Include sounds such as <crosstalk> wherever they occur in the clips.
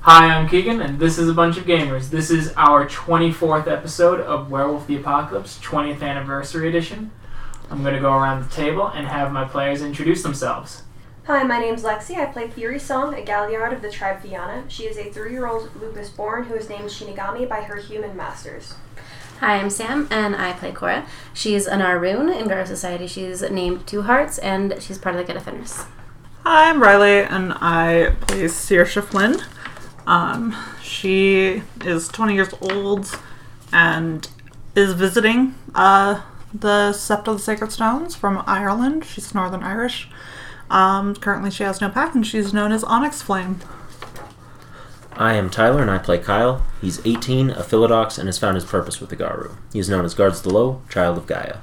Hi, I'm Keegan, and this is a bunch of gamers. This is our 24th episode of Werewolf the Apocalypse 20th Anniversary Edition. I'm going to go around the table and have my players introduce themselves. Hi, my name's Lexi. I play Fury Song, a galliard of the tribe Fiana. She is a three-year-old Lucas born who is named Shinigami by her human masters. Hi, I'm Sam, and I play Cora. She's an Arun in Garou Society. She's named Two Hearts, and she's part of the Good Offenders. Hi, I'm Riley, and I play Saoirse Flynn. Um, she is 20 years old and is visiting uh, the Sept of the Sacred Stones from Ireland. She's Northern Irish. Um, currently, she has no pack, and she's known as Onyx Flame. I am Tyler and I play Kyle. He's 18, a Philodox, and has found his purpose with the Garu. He is known as Guards the Low, Child of Gaia.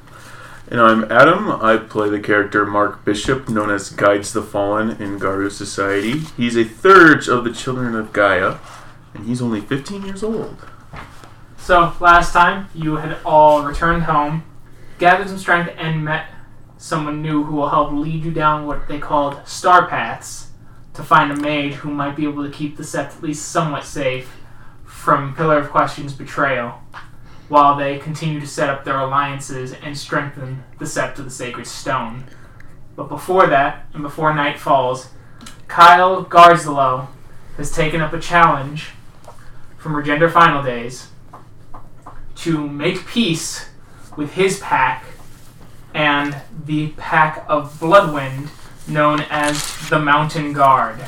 And I'm Adam. I play the character Mark Bishop, known as Guides the Fallen in Garu Society. He's a third of the Children of Gaia, and he's only 15 years old. So, last time, you had all returned home, gathered some strength, and met someone new who will help lead you down what they called star paths to find a mage who might be able to keep the Sept at least somewhat safe from Pillar of Question's betrayal while they continue to set up their alliances and strengthen the Sept of the Sacred Stone. But before that, and before night falls, Kyle Garzalo has taken up a challenge from Regender Final Days to make peace with his pack and the pack of Bloodwind known as the Mountain Guard.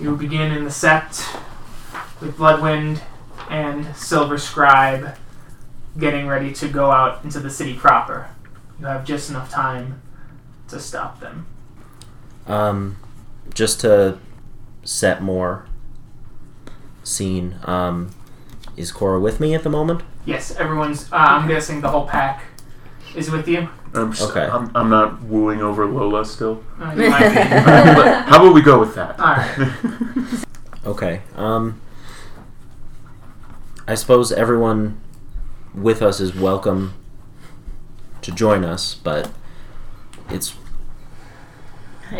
you begin in the Sept with Bloodwind and Silver Scribe getting ready to go out into the city proper. You have just enough time to stop them. Um, just to set more scene, um, is Cora with me at the moment? Yes, everyone's. Uh, I'm guessing the whole pack is with you. I'm, s Okay. am I'm not wooing over <laughs> Lola still. Uh, you might be. But how about we go with that? All <laughs> right. Okay. Um, I suppose everyone with us is welcome to join us, but it's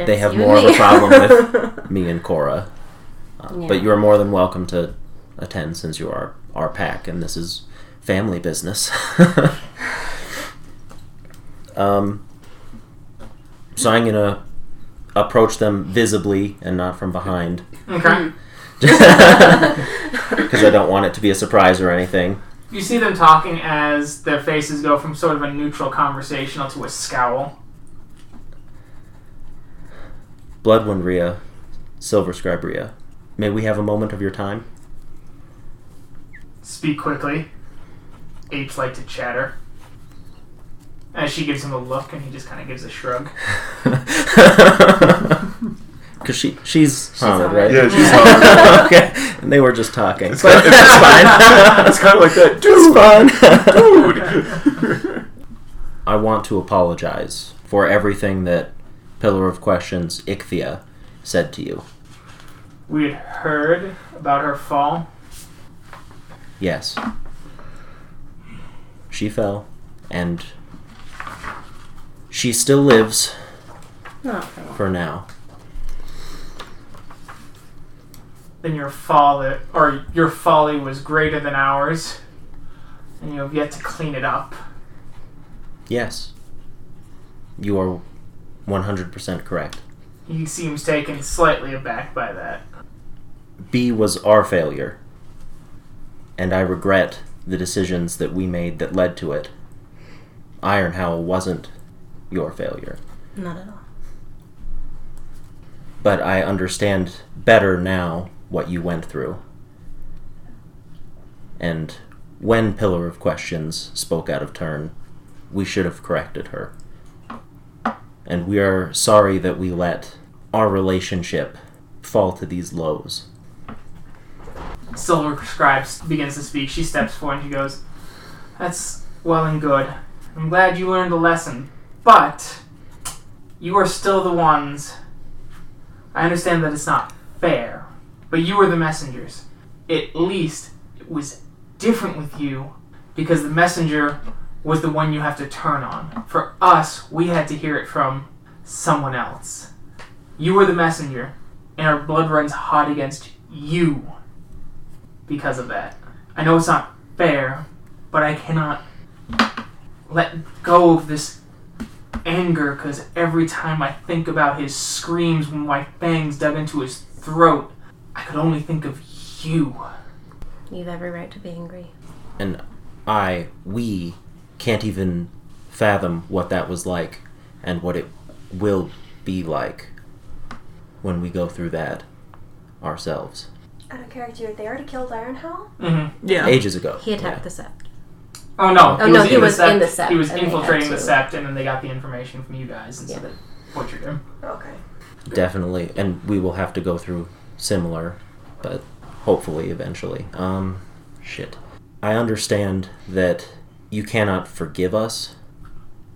They have more of a problem with. me and Cora. Uh, Yeah. But you're more than welcome to attend since you are our pack, and this is family business. <laughs> um, so I'm gonna approach them visibly and not from behind, <laughs> Okay. <laughs> because I don't want it to be a surprise or anything. You see them talking as their faces go from sort of a neutral conversational to a scowl. Bloodwind Rhea, Silver Scribe Rhea, may we have a moment of your time? Speak quickly. Apes like to chatter. As she gives him a look, and he just kind of gives a shrug. Because <laughs> she she's, she's Hamid. right? Yeah, she's <laughs> okay. And they were just talking. It's But kinda- that's <laughs> fine. It's kind of like that. It's fun. Dude! <laughs> I want to apologize for everything that Pillar of Questions Ichthia said to you. We had heard about her fall. Yes. She fell, and she still lives for now. Then your folly, or your folly, was greater than ours, and you have yet to clean it up. Yes. You are 100% correct. He seems taken slightly aback by that. B was our failure, and I regret the decisions that we made that led to it. Iron Howl wasn't your failure, Not at all. but I understand better now what you went through. And when Pillar of Questions spoke out of turn, we should have corrected her. And we are sorry that we let our relationship fall to these lows. Silver Scribe begins to speak. She steps forward and she goes, That's well and good. I'm glad you learned the lesson. But you are still the ones. I understand that it's not fair, but you were the messengers. At least it was different with you because the messenger was the one you have to turn on. For us, we had to hear it from someone else. You were the messenger. and our blood runs hot against you because of that. I know it's not fair, but I cannot let go of this anger because every time I think about his screams when my fangs dug into his throat, I could only think of you. <laughs> You've every right to be angry. and I, we, can't even fathom what that was like and what it will be like when we go through that ourselves. Out of character, they already killed Ironhowl. Mm-hmm. Yeah. Ages ago. He attacked the sept. Oh no! Oh, no, he was in the sept, He was and they had infiltrating the to- sept, and then they got the information from you guys, and Yeah. so they butchered him. Okay. Definitely. And we will have to go through similar, but hopefully eventually. Um, shit. I understand that you cannot forgive us,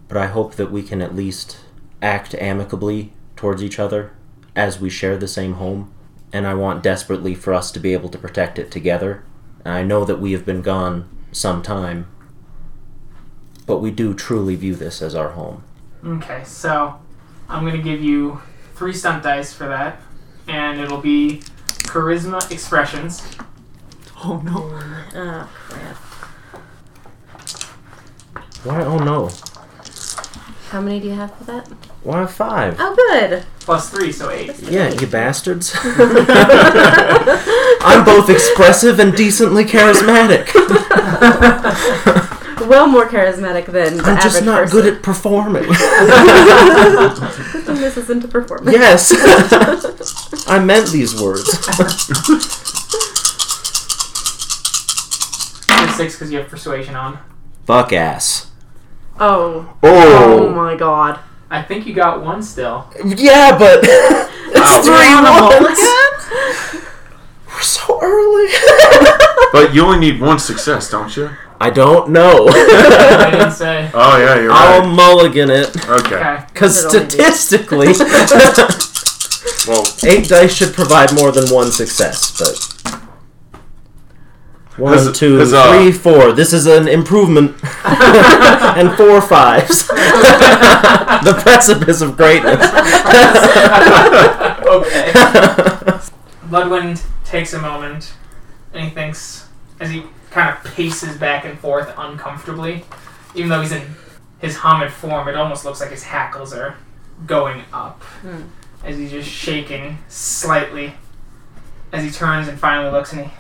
but I hope that we can at least act amicably towards each other as we share the same home. And I want desperately for us to be able to protect it together. And I know that we have been gone some time, but we do truly view this as our home. Okay, so I'm gonna give you three stunt dice for that, and it'll be charisma expressions. Oh no. Oh crap! Why? Oh no. How many do you have for that? Why five? Oh, good. Plus three, so eight. <laughs> Yeah, you bastards. <laughs> I'm both expressive and <laughs> decently charismatic. Well, more charismatic than the I'm just average not person. good at <laughs> performing. Putting this into performance. yes. <laughs> I meant these words. You're six because you have persuasion on. Fuck ass. <laughs> Oh. Oh Oh. my god. I think you got one still. Yeah, but <laughs> it's We're on a roll three ones. <laughs> We're so early. <laughs> But you only need one success, don't you? I <laughs> don't know. I didn't say. Oh yeah, you're I'll right. mulligan it. Okay. Um, Okay. Because It'll only be- statistically, <laughs> <laughs> Well, eight dice should provide more than one success, but. one, two, three, This- four. this, uh, This is an improvement. and four fives. the precipice of greatness. Okay. Ludwin takes a moment and he thinks as he kind of paces back and forth uncomfortably. Even though he's in his hominid form, it almost looks like his hackles are going up as he's just shaking slightly as he turns and finally looks and he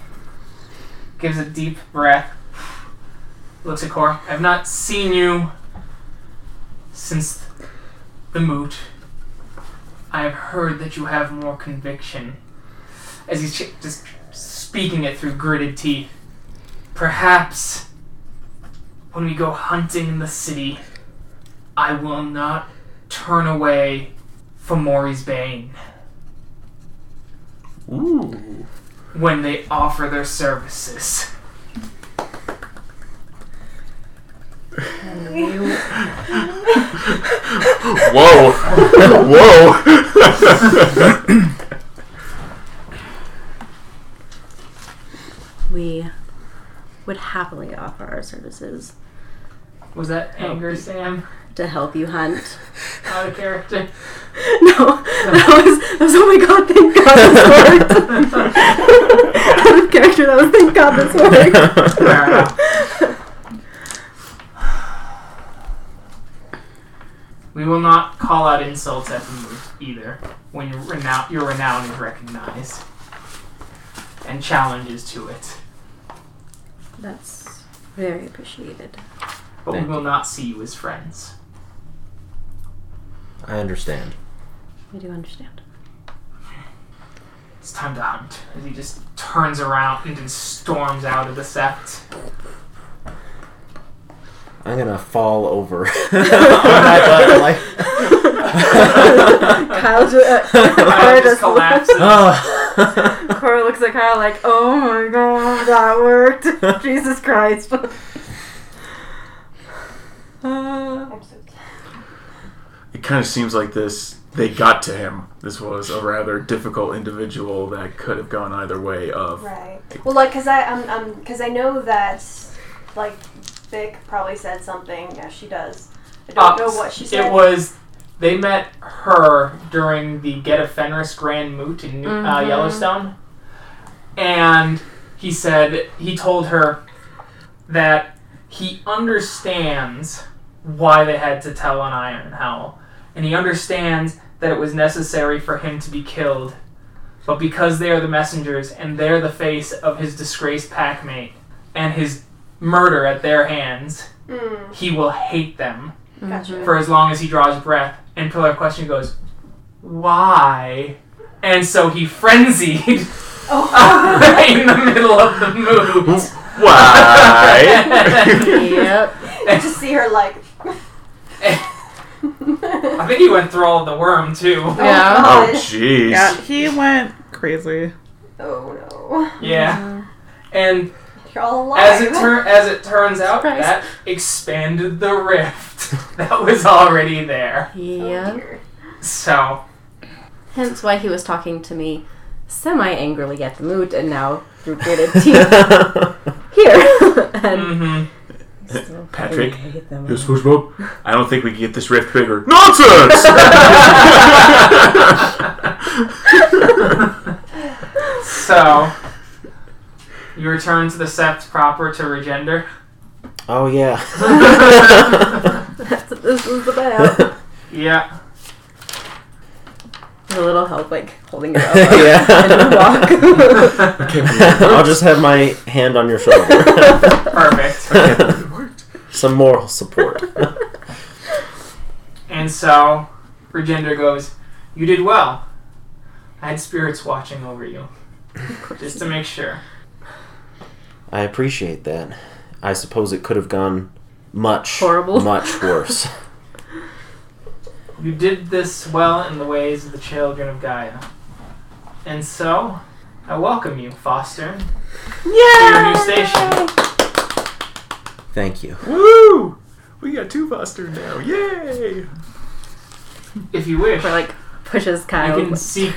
gives a deep breath. Looks at Cor. I've not seen you since the moot. I have heard that you have more conviction. As he's ch- just speaking it through gritted teeth. Perhaps when we go hunting in the city, I will not turn away from Mori's Bane ooh. when they offer their services. Whoa. <laughs> <laughs> Whoa. <laughs> We would happily offer our services Was that anger, Sam? to help you hunt. Out of character. No, that was that was oh my god! Thank God this worked. Out of character. <laughs> That was thank God this <laughs> worked. Fair enough. <laughs> We will not call out insults at the move either. When your renown, your renown is recognized, and challenges to it, That's very appreciated. but Thank we will not see you as friends. <laughs> I understand. We do understand. It's time to hunt. As he just turns around and just storms out of the sept. I'm gonna fall over. on my <laughs> butt, like, <laughs> Kyle just, uh, Kyle Cora just just collapses. "Ugh." Cora looks at Kyle like, "Oh my god, that worked! Jesus Christ!" <laughs> Uh, I'm so sorry. it kind of seems like this. They got to him. This was a rather difficult individual that could have gone either way. Of Right. Well, like, cause I, um, um, cause I know that, like, Vic probably said something. Yeah, she does. I don't Uh, know what she said. It was They met her during the Get a Fenris Grand Moot in uh, Mm-hmm. Mhm. Yellowstone, and he said he told her that he understands why they had to tell on Iron Howl, and he understands that it was necessary for him to be killed, but because they are the messengers and they're the face of his disgraced packmate and his murder at their hands, Mm, he will hate them gotcha. for as long as he draws breath. And Pillar of Question goes, Why? And so he frenzied <laughs> Oh. in the middle of the moot. <laughs> Why? yep. <laughs> you <laughs> just see her like. <laughs> Oh, I think he went through all of the worm too. Yeah. oh, God. jeez. Yeah, he went crazy. Oh Yeah. And no. You're all alive. Oh, as it tur- as it turns out, Surprise. that expanded the rift <laughs> that was already there. Yep. So Hence why he was talking to me semi angrily at the moot and now through gritted teeth <laughs> here. <laughs> and hmm still Patrick, fucking hate them Yes, all. SpongeBob. I don't think we can get this rift bigger. <laughs> Nonsense! so you return to the sept proper to regender. <laughs> oh yeah. <laughs> That's what <laughs> this <laughs> is about. Yeah. With a little help, like <laughs> holding your elbow yeah. <laughs> and walk. <laughs> I'll just have my hand on your shoulder. <laughs> Perfect. Some moral support. <laughs> And so Regender goes, You did well. I had spirits watching over you. Just to make sure. I appreciate that. I suppose it could have gone much Horrible. much worse. You did this well in the ways of the children of Gaia. And so, I welcome you, Foster, to your new station. Thank you. Woo! We got two Foster now. Yay! If you wish, For like pushes I Kyle. can seek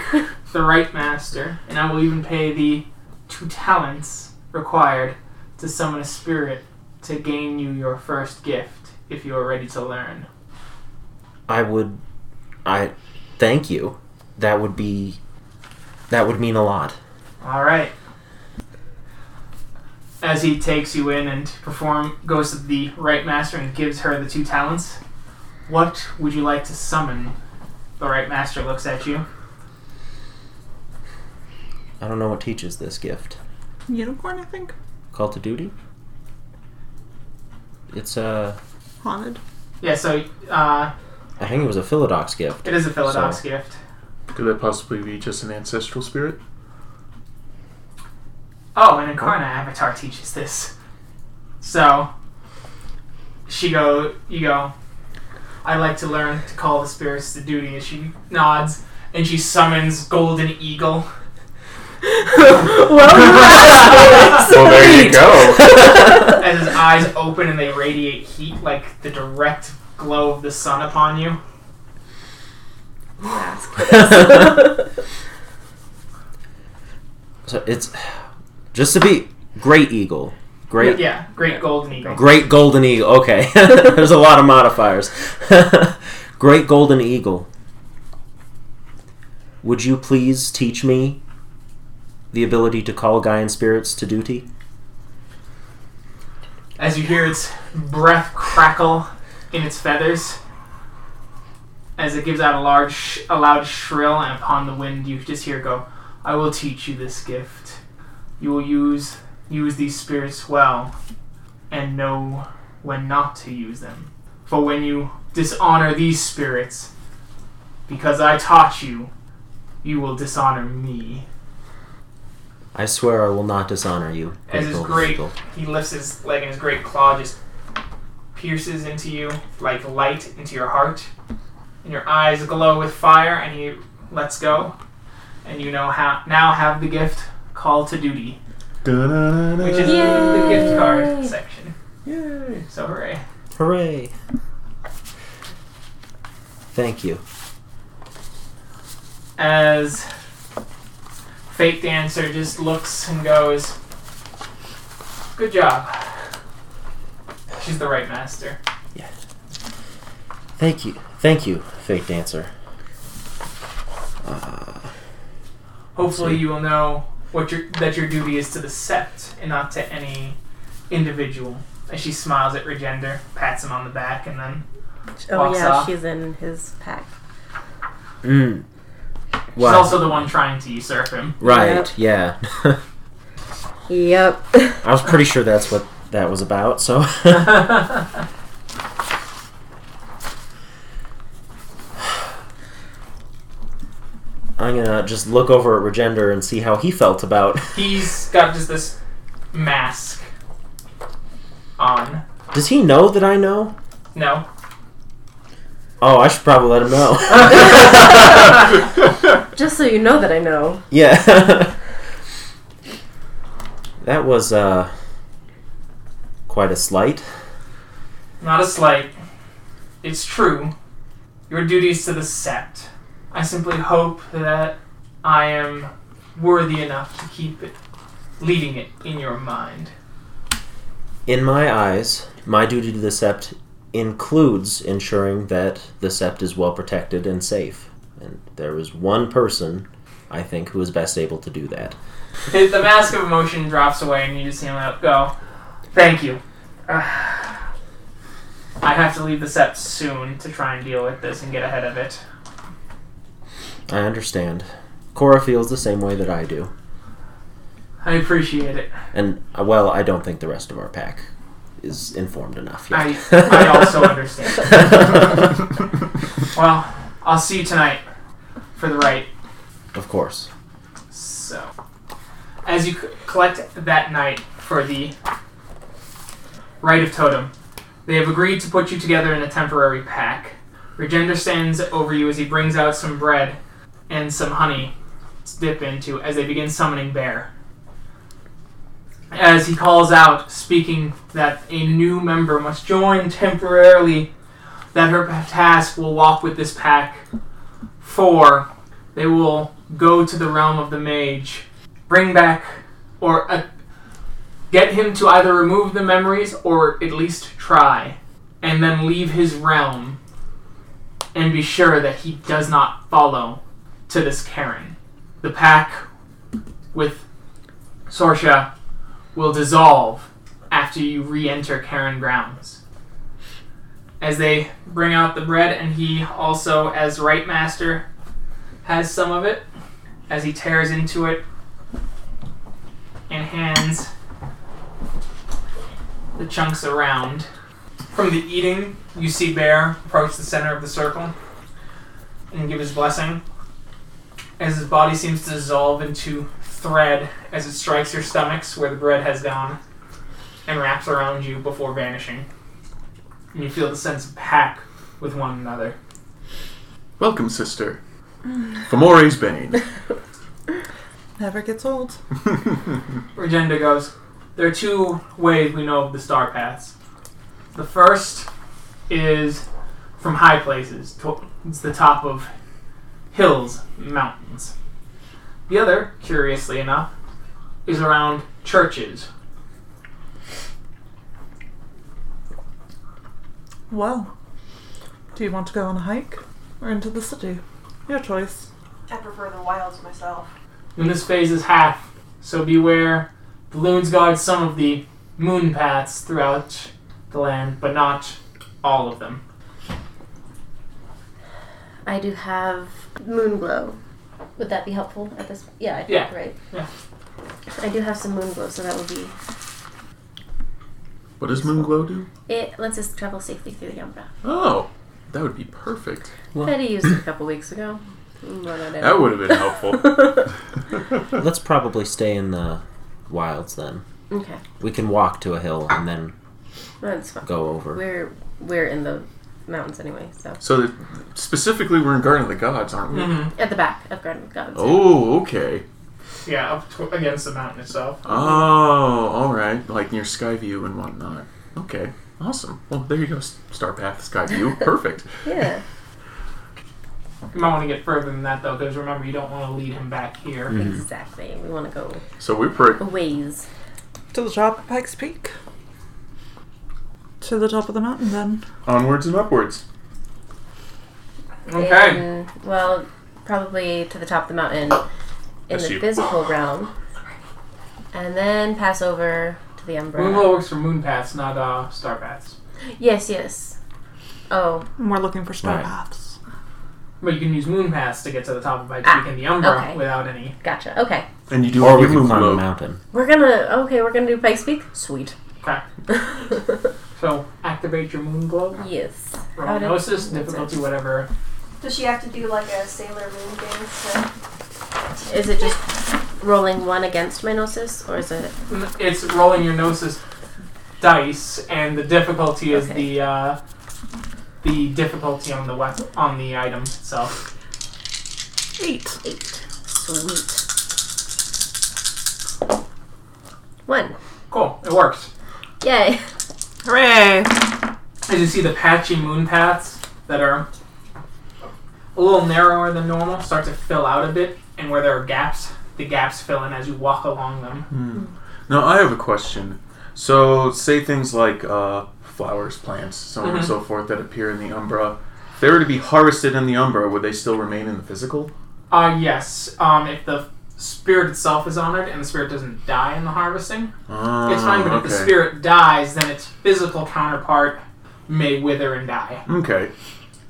the right master, and I will even pay the two talents required to summon a spirit to gain you your first gift if you are ready to learn. I would I thank you. That would be that would mean a lot. All right. As he takes you in and perform goes to the right master and gives her the two talents. What would you like to summon? The right master looks at you. I don't know what teaches this gift. Unicorn, I think. Call to duty? It's a Haunted. Yeah, so uh, I think it was a Philodox gift. it is a Philodox So- gift. Could that possibly be just an ancestral spirit? Oh, an Incarna avatar teaches this. So she go, you go. I like to learn to call the spirits to duty, and she nods and she summons Golden Eagle. <laughs> Well, there you go. <laughs> as his eyes open and they radiate heat like the direct glow of the sun upon you. <laughs> So it's just to be Great Eagle. Great Yeah, great golden eagle. Great Golden Eagle. Okay. <laughs> There's a lot of modifiers. <laughs> Great Golden Eagle. Would you please teach me the ability to call Gaian spirits to duty? As you hear its breath crackle in its feathers, as it gives out a large, sh- a loud shrill, and upon the wind you just hear it go, "I will teach you this gift. You will use use these spirits well, and know when not to use them. For when you dishonor these spirits, because I taught you, you will dishonor me." I swear I will not dishonor you. As his great, he lifts his leg and his great claw just pierces into you like light into your heart, and your eyes glow with fire. And he lets go, and you know how now have the gift call to duty, which is the gift card section. Yay! So hooray! Hooray! Thank you. As fake dancer just looks and goes, "Good job." She's the right master. Thank you. Thank you, Fake Dancer. Hopefully, See. you will know what your that your duty is to the sept and not to any individual. And she smiles at Regender, pats him on the back, and then Oh Walks yeah, off. she's in his pack. Mm. she's Wow. also the one trying to usurp him. <laughs> Right, yeah. <laughs> Yep. <laughs> I was pretty sure that's what that was about, so. <laughs> I'm gonna just look over at Regender and see how he felt about. <laughs> He's got just this mask on. Does he know that I know? No, Oh, I should probably let him know. <laughs> Just so you know that I know. yeah. <laughs> that was, uh. quite a slight. not a slight. It's true. Your duty is to the sept. I simply hope that I am worthy enough to keep it, leading it in your mind. In my eyes, my duty to the Sept includes ensuring that the Sept is well protected and safe. And there was one person, I think, who was best able to do that. His- the mask of emotion drops away, and you just see him out go. Thank you. I have to leave the set soon to try and deal with this and get ahead of it. I understand. Cora feels the same way that I do. I appreciate it. And, uh, well, I don't think the rest of our pack is informed enough yet. I, I <laughs> also understand. Well, I'll see you tonight for the right. of course. So, as you c- collect that night for the Rite of Totem, they have agreed to put you together in a temporary pack. Regender stands over you as he brings out some bread and some honey to dip into as they begin summoning Bear. As he calls out, speaking that a new member must join temporarily, that her task will walk with this pack for they will go to the realm of the mage, bring back, or uh, get him to either remove the memories or at least try, and then leave his realm and be sure that he does not follow to this Karen. The pack with Sorsha will dissolve after you re enter Karen grounds. As they bring out the bread, and he also, as Right Master, has some of it as he tears into it and hands the chunks around. From the eating, you see Bear approach the center of the circle and give his blessing as his body seems to dissolve into thread as it strikes your stomachs where the bread has gone and wraps around you before vanishing. And you feel the sense of pack with one another. Welcome, sister. Famore's Bane. Never gets old. Regenda goes, There are two ways we know of the star paths. The first is from high places, to- it's the top of hills, mountains. The other, curiously enough, is around churches. Well, do you want to go on a hike or into the city? Your choice. I prefer the wilds myself. When this phase is half, so beware. The loons guard some of the moon paths throughout the land, but not all of them. I do have moon glow. Would that be helpful at this? Yeah, I think Yeah. right. Yeah. I do have some moon glow, so that would be What does Moonglow do? it. Lets us travel safely through the Umbra. Oh, that would be <laughs> perfect. Betty used it a couple weeks ago. Run out of- That would have been helpful. Let's probably stay in the wilds then. <laughs> okay, We can walk to a hill and then that's fine. go over. We're we're in the mountains anyway, so so that specifically, we're in Garden of the Gods, aren't Mm-hmm. we? at the back of Garden of Gods. Oh, okay. Yeah, up to- against the mountain itself. Oh, all right. Like near Skyview and whatnot. Okay, awesome. Well, there you go. S- Star Path, <laughs> Skyview, perfect. Yeah, You might want to get further than that though, because remember, you don't want to lead him back here. exactly. We want to go So we pr- a ways. To the top of Pikes Peak. To the top of the mountain, then. onwards and upwards. Mm. Okay. in well, probably to the top of the mountain in That's the you. physical realm, and then pass over to the umbrella. Moonwell works for moon paths, not uh, star paths. Yes, yes. Oh, And we're looking for star Right. paths. But you can use moon paths to get to the top of Ipeak and the Umbra Ah, okay. without any. gotcha. Okay, And you do Or all we your can move climb a low. mountain. we're gonna okay, we're gonna do Pike's Peak. Sweet. Okay. So activate your moon globe. <laughs> yes. How did- Prognosis, difficulty, whatever. Does she have to do like a Sailor Moon dance? to- Is it just rolling one against my gnosis, or is it? It's rolling your gnosis dice, and the difficulty is Okay. the uh, the difficulty on the weapon on the item itself. Eight. Eight. Sweet. One. Cool, it works. Yay. <laughs> Hooray! As you see, the patchy moon paths that are a little narrower than normal start to fill out a bit, and where there are gaps, the gaps fill in as you walk along them. Now I have a question. So say things like uh, flowers, plants, so on and Mhm. so forth that appear in the Umbra. If they were to be harvested in the Umbra, would they still remain in the physical? Uh, yes. Um, if the spirit itself is honored and the spirit doesn't die in the harvesting, Oh, it's fine. But if the okay. spirit dies, then its physical counterpart may wither and die. Okay.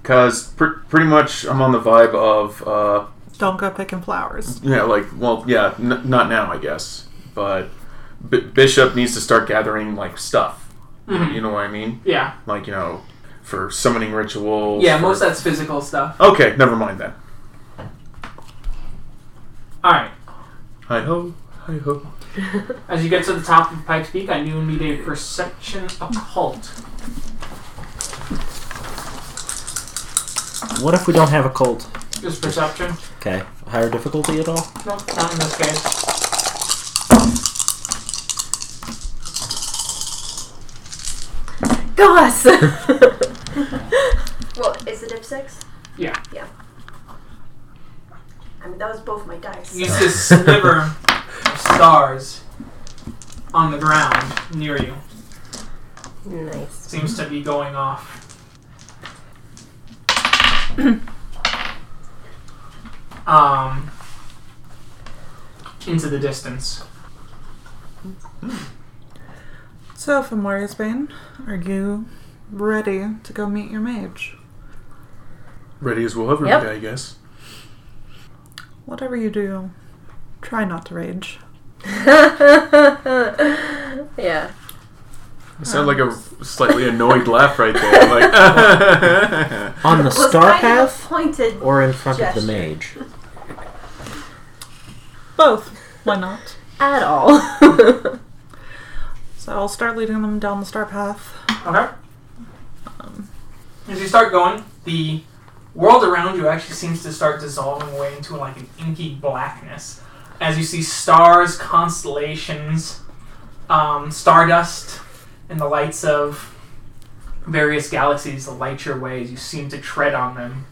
Because pr- pretty much I'm on the vibe of, uh, Don't go picking flowers. yeah, like, well, yeah, n- not now, I guess. But B- Bishop needs to start gathering, like, stuff. Mhm. You know what I mean? Yeah. Like, you know, for summoning rituals. Yeah. for- Most of that's physical stuff. Okay, never mind then. All right. Hi ho, hi ho. As you get to the top of Pike's Peak, I do need a perception occult. What if we don't have a cult? Just perception. Okay. Higher difficulty at all? No, not in this case. Goss. Well, is it diff six? Yeah. Yeah. I mean, that was both my dice. You see a sliver of stars on the ground near you. <laughs> nice. Seems to be going off. <clears throat> um, into the distance. So, from Warrior's Bane, are you ready to go meet your mage? Ready as we'll ever Yep. be, I guess. Whatever you do, try not to rage. <laughs> yeah. You sound like a slightly annoyed laugh right there. Like, <laughs> On the It <laughs> was star kind of a path pointed. or in front of gesture. the mage? Both. Why not? At all. <laughs> So I'll start leading them down the star path. Okay. As you start going, the world around you actually seems to start dissolving away into like an inky blackness. As you see stars, constellations, um, stardust, and the lights of various galaxies light your way as you seem to tread on them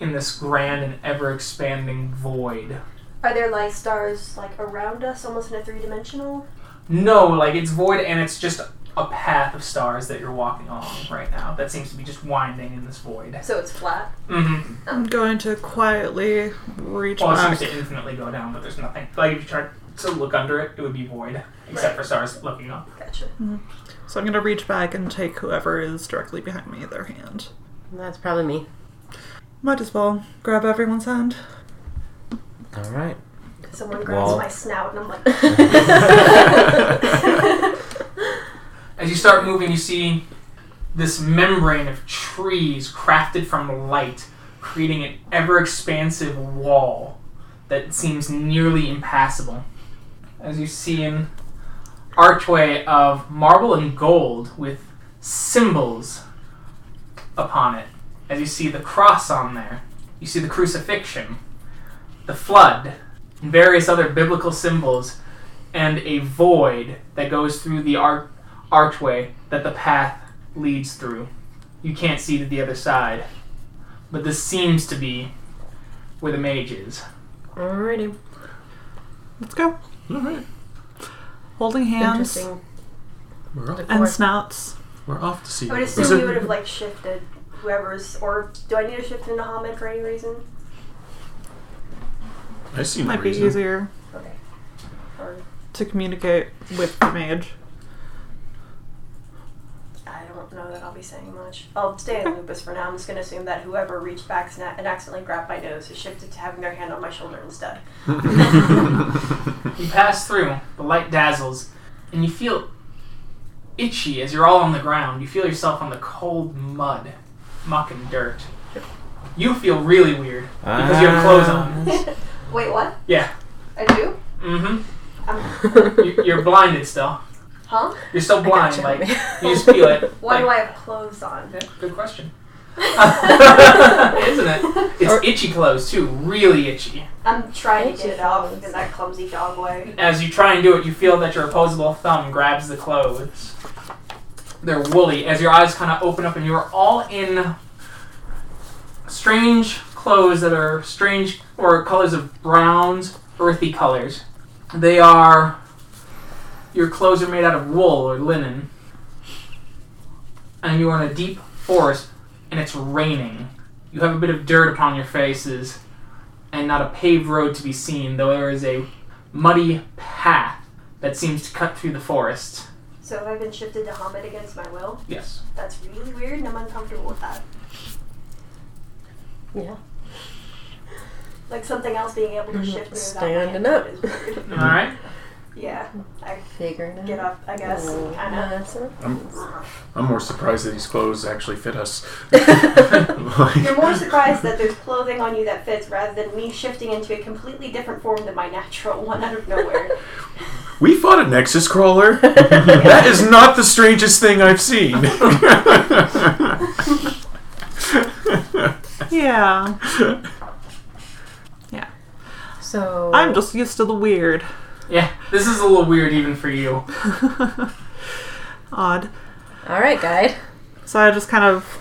in this grand and ever expanding void. Are there like stars like around us, almost in a three dimensional? No, like it's void and it's just a path of stars that you're walking along right now that seems to be just winding in this void. So it's flat. hmm I'm going to quietly reach Well, it back. seems to infinitely go down, but there's nothing. Like if you tried to look under it, it would be void, except for stars looking up. Gotcha. Mm-hmm. So I'm going to reach back and take whoever is directly behind me their hand. That's probably <laughs> me. Might as well grab everyone's hand. All right. Someone grabs Well- my snout and I'm like, <laughs> As you start moving, you see this membrane of trees crafted from light, creating an ever expansive wall that seems nearly impassable. As you see an archway of marble and gold with symbols upon it. As you see the cross on there, you see the crucifixion, the flood, and various other biblical symbols, and a void that goes through the arch archway that the path leads through. You can't see to the other side. But this seems to be where the mage is. Alrighty. Let's go. <laughs> Alright, Holding hands Interesting. we're off. and Or- snouts. We're off to see. I would Is it- assume you would have like shifted whoever's or do I need to shift into Hamid for any reason? I see no Might be reason. easier Okay. Or to communicate with <laughs> the mage. I don't know that I'll be saying much. I'll stay in lupus for now. I'm just gonna assume that whoever reached back sna- and accidentally grabbed my nose has shifted to having their hand on my shoulder instead. Uh, <laughs> You pass through, the light dazzles, and you feel itchy as you're all on the ground. You feel yourself on the cold mud, muck, and dirt. You feel really weird because you have clothes on. Wait, what? Yeah. I do? Mm I'm, hmm. You, you're blinded still. huh? You're still <laughs> I blind. gotcha. Like, you just feel <laughs> it. Why do like, I have clothes on? <laughs> Good question. <laughs> Isn't it? It's Or- itchy clothes too, really itchy. I'm trying to Itchy get it off clothes. in that clumsy dog way. As you try and do it, you feel that your opposable thumb grabs the clothes. They're woolly. As your eyes kind of open up, and you're all in strange clothes that are strange or colors of browns, earthy colors. They are. Your clothes are made out of wool or linen. And you are in a deep forest, and it's raining. You have a bit of dirt upon your faces, and not a paved road to be seen, though there is a muddy path that seems to cut through the forest. So have I been shifted to Hamid against my will? Yes. That's really weird and I'm uncomfortable with that. <laughs> Yeah. Like something else being able to shift me without Standing my hand up. is weird. <laughs> All right. Yeah. I Figuring out. get up, I guess. Oh, Kinda. that's it. I'm, I'm more surprised that these clothes actually fit us. <laughs> You're Like- more surprised that there's clothing on you that fits rather than me shifting into a completely different form than my natural one out <laughs> of <laughs> nowhere. <laughs> We fought a Nexus crawler. that is not the strangest thing <laughs> I've seen. Yeah. So I'm just used to the weird. Yeah. This is a little weird even for you. Odd. all right, guide. So I just kind of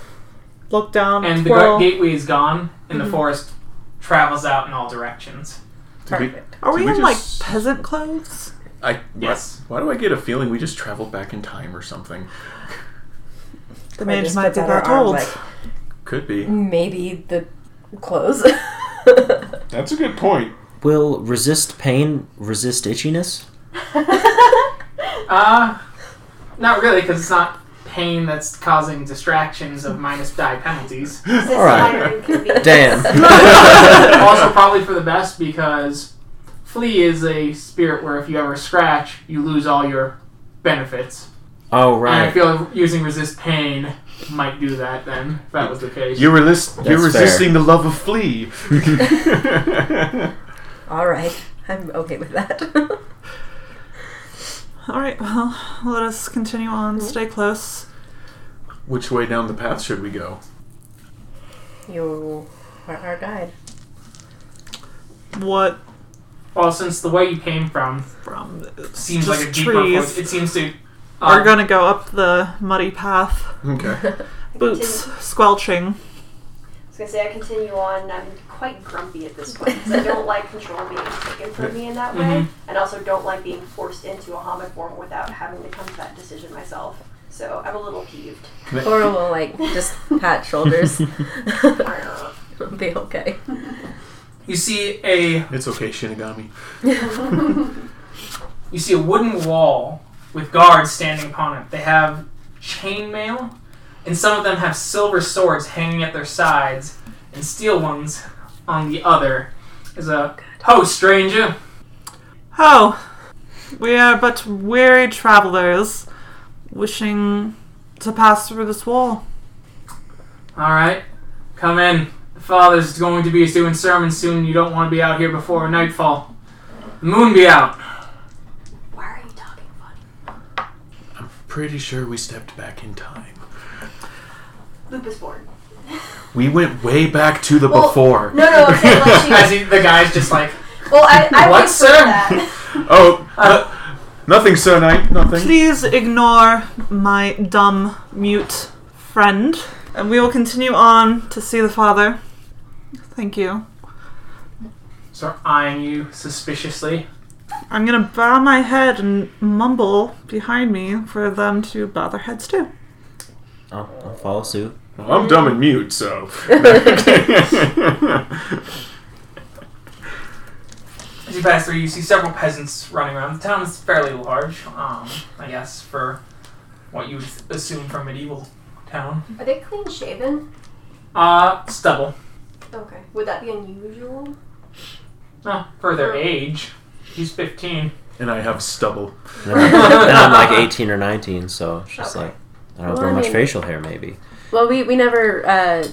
look down And the twirl. gu- gateway is gone, and the forest travels out in all directions. Did we- Perfect. Are we, Did we in just- like peasant clothes? I, Yes. Why, why do I get a feeling we just traveled back in time or something? The Or mage just might be put down that our arm, old. like, Could be. maybe the clothes. <laughs> That's a good point. Will resist pain resist itchiness? Uh, not really, because it's not pain that's causing distractions of minus die penalties. This is Alright. minor inconvenience. Damn. also, probably for the best because flea is a spirit where if you ever scratch, you lose all your benefits. Oh And I right. feel using resist pain might do that then, if that was the case. You're, resist- you're That's fair. resisting the love <laughs> of flea. all right, I'm okay with that. <laughs> All right. Well, let us continue on. Mm-hmm. Stay close. Which way down the path should <laughs> we go? you are our guide. What Well, since the way you came from from this? seems just like a deeper trees. forest, it seems to. We're Uh, gonna go up the muddy path. Okay. Boots squelching. I was gonna say I continue on. I'm quite grumpy at this point. 'cause I don't like control being taken from me in that way, Mhm. and also don't like being forced into a homic form without having to come to that decision myself. So I'm a little peeved. Laura will like just pat <laughs> shoulders. <laughs> It'll be okay. you see a It's okay, Shinigami. you see a wooden wall with guards standing upon it. They have chainmail, and some of them have silver swords hanging at their sides, and steel ones on the other. There's a ho stranger. Oh, we are but weary travelers, wishing to pass through this wall. All right, come in. The father's going to be doing sermons soon. You don't want to be out here before nightfall. The moon be out. Why are you talking funny? Pretty sure we stepped back in time. Lupus born. We went way back to the Well, before. No, no. I'm saying <laughs> like she. As he, the guy's just like, well, I, I What, prefer sir? <laughs> that. Oh, uh, nothing, Sir Knight. Nothing. Please ignore my dumb mute friend, and we will continue on to see the father. Thank you. start eyeing you suspiciously. I'm gonna bow my head and mumble behind me for them to bow their heads too. I'll, I'll follow suit. Well, I'm dumb and mute, so. <laughs> As you pass through, you see several peasants running around. The town is fairly large, um, I guess, for what you would assume from medieval town. Are they clean shaven? Uh, stubble. Okay. Would that be unusual? No, Uh, for their age. He's 15. and I have stubble. And I'm, and I'm like 18 or 19, so it's just Okay. like, I don't have Well, very I much mean- facial hair, maybe. Well, we, we never uh,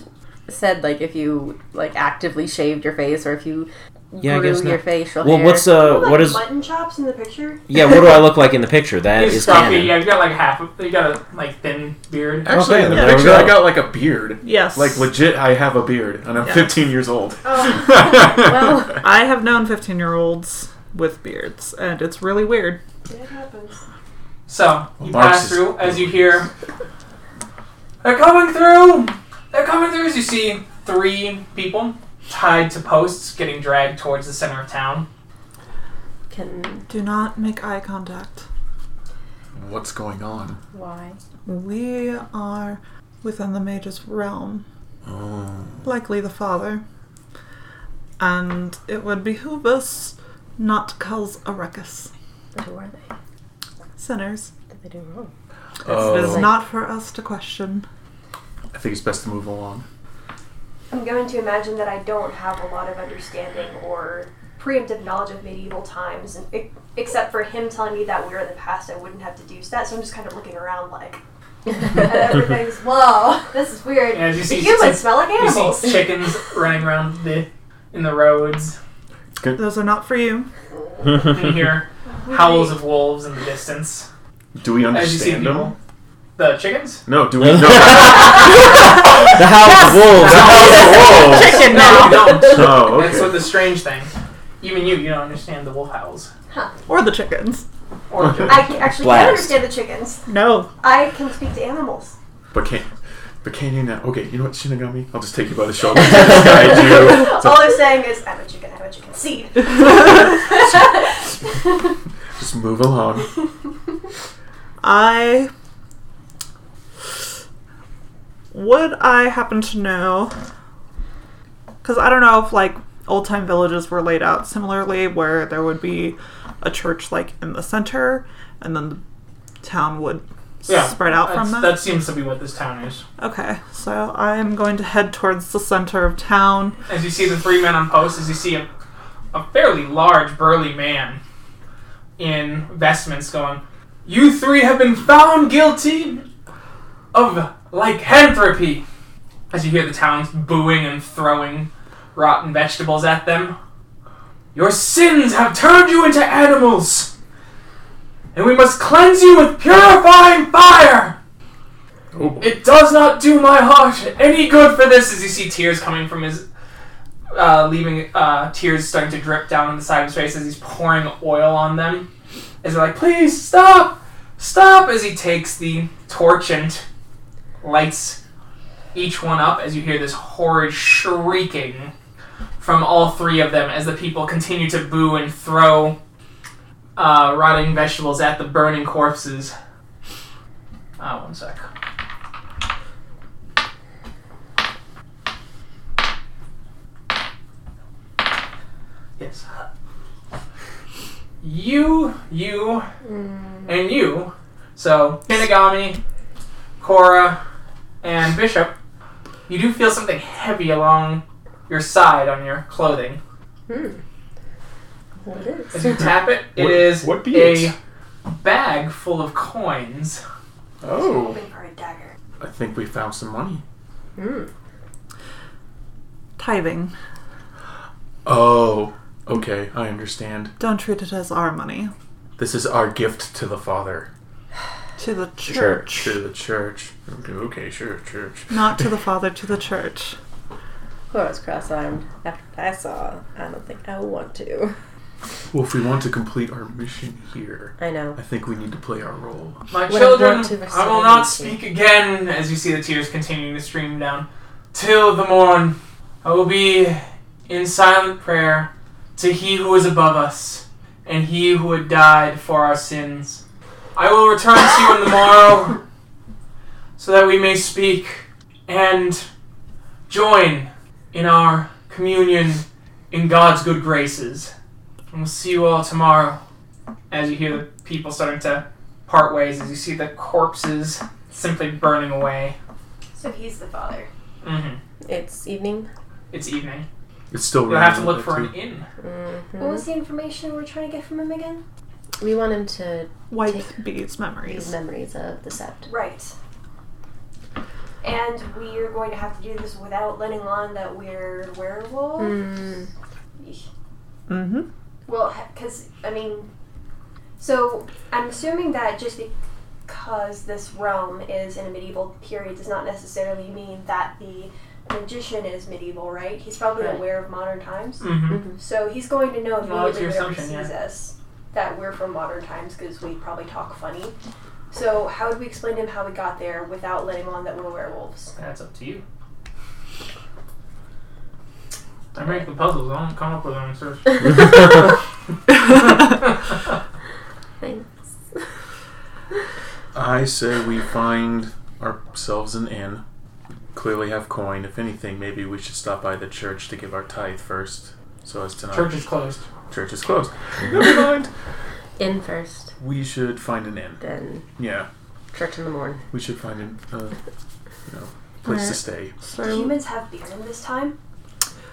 said like if you like actively shaved your face or if you Yeah, I grew guess your not. facial Well, hair. what's, uh, like what is, mutton chops in the picture? yeah, what do I look like in the picture? That He's is scruffy. Yeah, canon. you got like half. of- You got a like thin beard. Actually, Okay, in the there we picture, go. I got like a beard. Yes. Like legit, I have a beard, and I'm Yeah. 15 years old. Oh. <laughs> Well- I have known 15 year olds with beards, and it's really weird. It happens. So you Marx pass is- through as you hear. They're coming through. They're coming through. As you see three people tied to posts getting dragged towards the center of town. Can Do not make eye contact. What's going on? why? We are within the mage's realm, Oh. likely the father. And it would behoove us not to cause a ruckus. Who are they? Sinners. Did they do wrong? It is Like- not for us to question. Oh. I think it's best to move along. I'm going to imagine that I don't have a lot of understanding or preemptive knowledge of medieval times, and e except for him telling me that we're in the past, I wouldn't have deduced that. So I'm just kind of looking around like, and everything's whoa, this is weird. As you The see, humans smell like you animals. see <laughs> chickens running around the in the roads. Those are not for you. You can hear howls of wolves in the distance. Do we As you see understand people, them? the <laughs> chickens. No, do we know? <laughs> The house of wolves. <laughs> oh, whoa. Chicken No, you don't. Oh, That's what okay. the strange thing. Even you, you don't understand the wolf howls. Or the chickens. <laughs> Or the I can, actually Blast. can understand the chickens. No. I can speak to animals. But can, but can you now? Okay, you know what, Shinigami? I'll just take you by the shoulder and just guide <laughs> you. All I'm saying is, I'm a chicken, I'm a chicken seed. Just move along. I would I happen to know because I don't know if like old time villages were laid out similarly where there would be a church like in the center and then the town would Yeah, spread out That's- from that. That seems to be what this town is. Okay, so I'm going to head towards the center of town. As you see the three men on post, as you see a, a fairly large, burly man in vestments going, You three have been found guilty of lycanthropy. As you hear the town's booing and throwing rotten vegetables at them, Your sins have turned you into animals, and we must cleanse you with purifying fire. Oh. It does not do my heart any good for this. As you see tears coming from his, uh, leaving uh, tears starting to drip down the side of his face as he's pouring oil on them. As they're like, please stop, stop. As he takes the torch and lights each one up, as you hear this horrid shrieking from all three of them as the people continue to boo and throw uh, rotting vegetables at the burning corpses. Ah, one sec. Yes. You, you, and you. So, Kinagami, Cora, and Bishop, you do feel something heavy along your side on your clothing. What is? As you tap it, it What- is what beads? a bag full of coins. Oh, Hoping for a dagger. I think we found some money. Tithing. Oh, okay, I understand. Don't treat it as our money. This is our gift to the Father, To the church. Church. to the church. Okay, okay, sure, church. Not to the father, to the church. Oh, I was cross-armed after what I saw. I don't think I want to. Well, if we want to complete our mission here, I know. I think we need to play our role. My What I children, want to I will receive. not speak again as you see the tears continuing to stream down. Till the morn, I will be in silent prayer to He who is above us, and He who had died for our sins. I will return to you in the morrow, so that we may speak and join in our communion in God's good graces. And we'll see you all tomorrow as you hear the people starting to part ways, as you see the corpses simply burning away. So he's the father. hmm It's evening. It's evening. It's still You'll have to raining look out for there, an inn. What was the information we're trying to get from him again? Mm-hmm. We want him to Wipe Bee's these memories. memories of the sept. Right. And we are going to have to do this without letting on that we're werewolves. Mm. Eesh. Mm-hmm. Well, because, I mean, so I'm assuming that just because this realm is in a medieval period does not necessarily mean that the magician is medieval, right? He's probably Right. aware of modern times. hmm So he's going to Well, know that's Oh, immediately your whenever he assumption, sees us that we're from modern times because we probably talk funny. So how would we explain to him how we got there without letting on that we're werewolves? That's up to you. I make the puzzles. I don't come up with answers. Thanks. I say we find ourselves an inn. Clearly have coin. If anything, maybe we should stop by the church to give our tithe first, so as to not Church is closed. church is closed. Never mind. In first, We should find an inn. then Yeah, church in the morning. we should find an, uh, you know, place to stay. Do So humans have beer in this <laughs> time?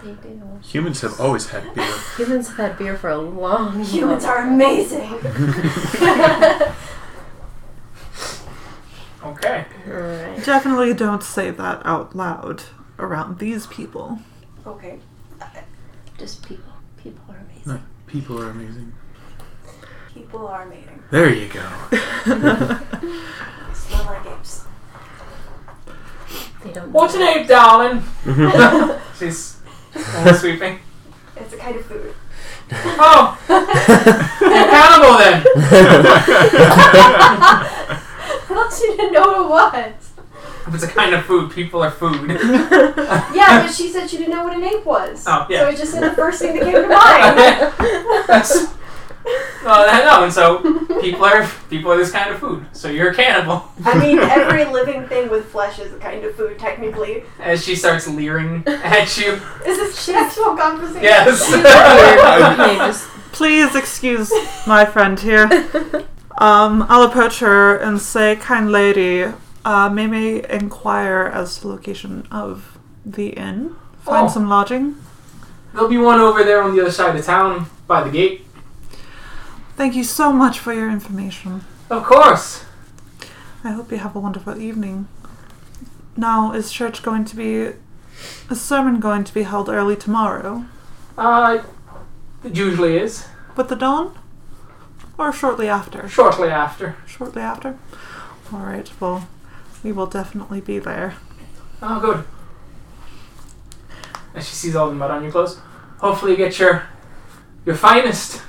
They do. Humans have always had beer. Humans have had beer for a <laughs> long Humans long- are amazing. <laughs> <laughs> Okay. Alright. definitely don't say that out loud around these people. <laughs> okay. Just people. People are amazing. No, people are amazing. People are amazing. There you go. They smell like apes. They don't. What's an ape, darling? <laughs> <laughs> <laughs> She's almost sweeping. It's a kind of food. <laughs> Oh, an animal then. I want you to know what it was. If it's a kind of food, people are food. Yeah, but she said she didn't know what an ape was. Oh, yeah. So it just said the first thing that <laughs> came to mind. That's, well, I know, and so people are people are this kind of food. So you're a cannibal. I mean, <laughs> every living thing with flesh is a kind of food, technically. As she starts leering at you. Is this sexual conversation? <laughs> Yes. Okay, <laughs> just Please excuse my friend here. Um, I'll approach her and say, "Kind lady, uh, may may inquire as to location of the inn. Find Oh. some lodging. There'll be one over there on the other side of town by the gate. Thank you so much for your information. Of course. I hope you have a wonderful evening. Now, is church going to be a sermon going to be held early tomorrow Uh, it usually is. with the dawn, or shortly after? Shortly after. Shortly after. All right. Well, we will definitely be there. Oh, good. And she sees all the mud on your clothes. Hopefully, you get your your finest.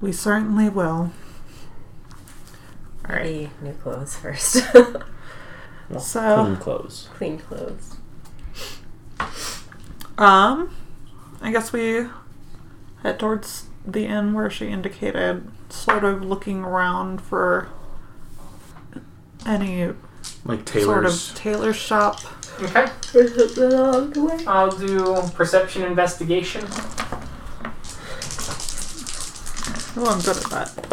We certainly will. already new clothes first. <laughs> Well, So- clean clothes. Clean clothes. Um, I guess we head towards the inn where she indicated, sort of looking around for any sort Like Taylor's. of tailor shop. Okay. Along the way. I'll do perception investigation. Oh, I'm good at that.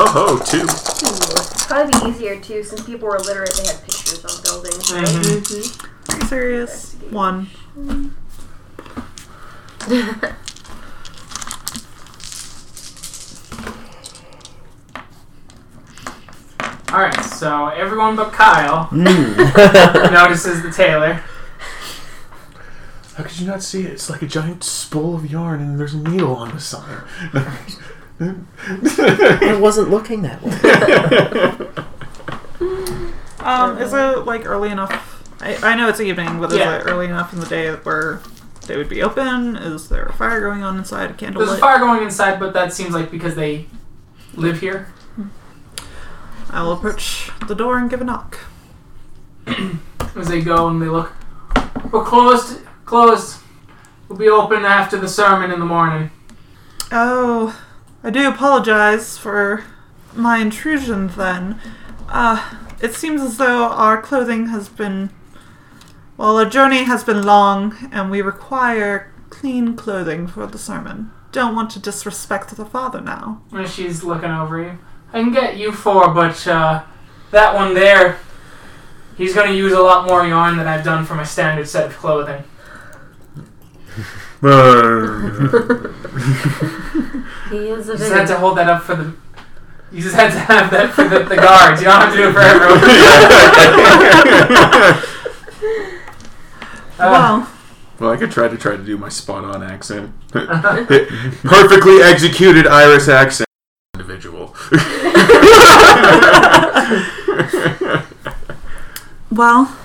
Ho ho, too. It's probably be easier, too, since people were illiterate, they had pictures on buildings. right? Mm-hmm. Mm-hmm. Are you serious? One. All right, so everyone but Kyle <laughs> notices the tailor. How could you not see it? It's like a giant spool of yarn, and there's a needle on the <laughs> side. I wasn't looking that way. Um, is it like early enough? I, I know it's evening, but Yeah. is it early enough in the day where they would be open? Is there a fire going on inside? A candle There's a lit? fire going inside, but that seems like because they live here. I'll approach the door and give a knock. As they go and they look, we're closed. Closed. We'll be open after the sermon in the morning. Oh, I do apologize for my intrusion then. Uh, it seems as though our clothing has been. Well, our journey has been long, and we require clean clothing for the sermon. Don't want to disrespect the father now. And she's looking over you. I can get you four, but uh, that one there, he's going to use a lot more yarn than I've done for my standard set of clothing. He is a You big. just had to hold that up for the. You just had to have that for the, the guards. You don't have to do it for everyone. Uh, <laughs> well, Well, I could try to try to do my spot on accent. <laughs> Perfectly executed Irish accent. Individual. Well,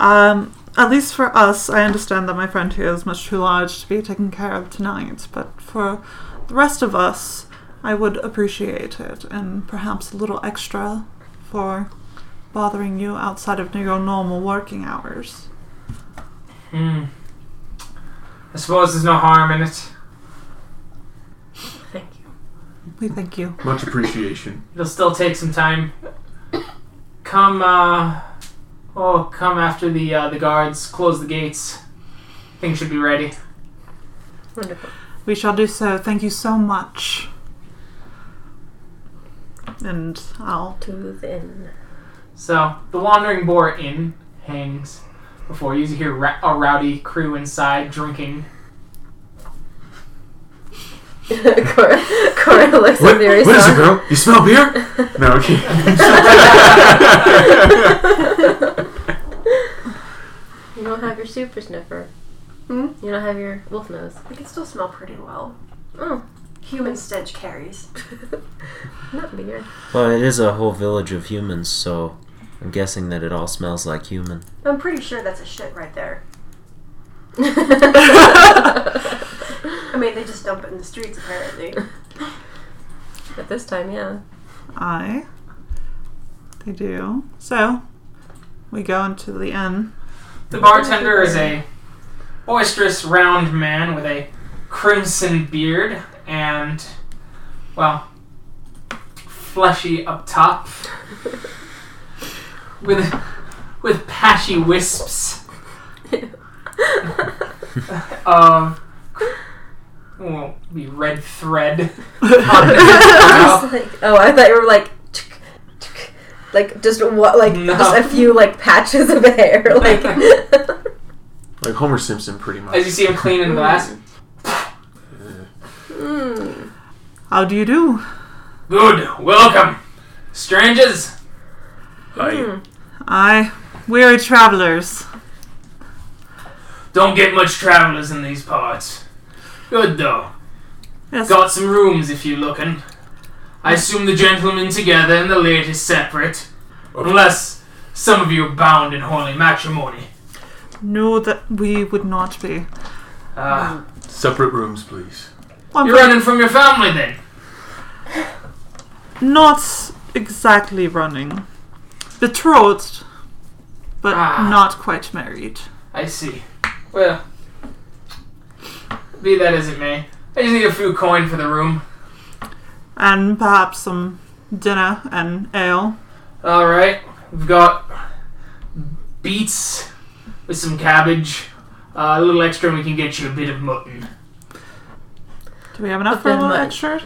um, at least for us, I understand that my friend here is much too large to be taken care of tonight, but for the rest of us, I would appreciate it, and perhaps a little extra for bothering you outside of your normal working hours. hmm. I suppose there's no harm in it. Thank you. We thank you. Much appreciation. It'll still take some time. Come, uh, oh, come after the uh, the guards close the gates. Things should be ready. Wonderful. We shall do so. Thank you so much. And I'll. To move in. <laughs> So the Wandering Boar Inn hangs before you. You hear ra- a rowdy crew inside drinking. Cora, Cora looks What, very what is it, sorry. girl? You smell beer? <laughs> no, okay. <laughs> You don't have your super sniffer. Hmm? You don't have your wolf nose. I can still smell pretty well. Oh. Human stench carries. <laughs> Not weird. Well, it is a whole village of humans, so I'm guessing that it all smells like <laughs> human. I'm pretty sure that's a shit right there. I mean, they just dump it in the streets <laughs> apparently. At this time, yeah. Aye. They do. So, we go into the inn. The bartender is a boisterous, round man with a crimson beard and, well, fleshy up top, with with patchy wisps of Um, well, be red thread. on <laughs> his brow. Just like- oh, I thought you were like, tsk, tsk, like just what, like No. just a few like patches of <laughs> hair, like. Like Homer Simpson, pretty much. As you see him cleaning the glass, mm. How do you do? good, welcome, strangers. Hmm. I, Hmm. I, weary travelers. Don't get much travelers in these parts. Good though. Yes, Got some rooms if you're looking. I assume the gentlemen together and the ladies separate. Unless some of you are bound in holy matrimony. no, that we would not be. Uh, separate rooms, please. One you're running from your family then. Not exactly running. Betrothed, but Ah. not quite married. I see. Well, be that as it may, I just need a few coin for the room. And perhaps some dinner and ale. Alright, we've got beets with some cabbage. Uh, a little extra, and we can get you a bit of mutton. Do we have enough But for a then little what? extra?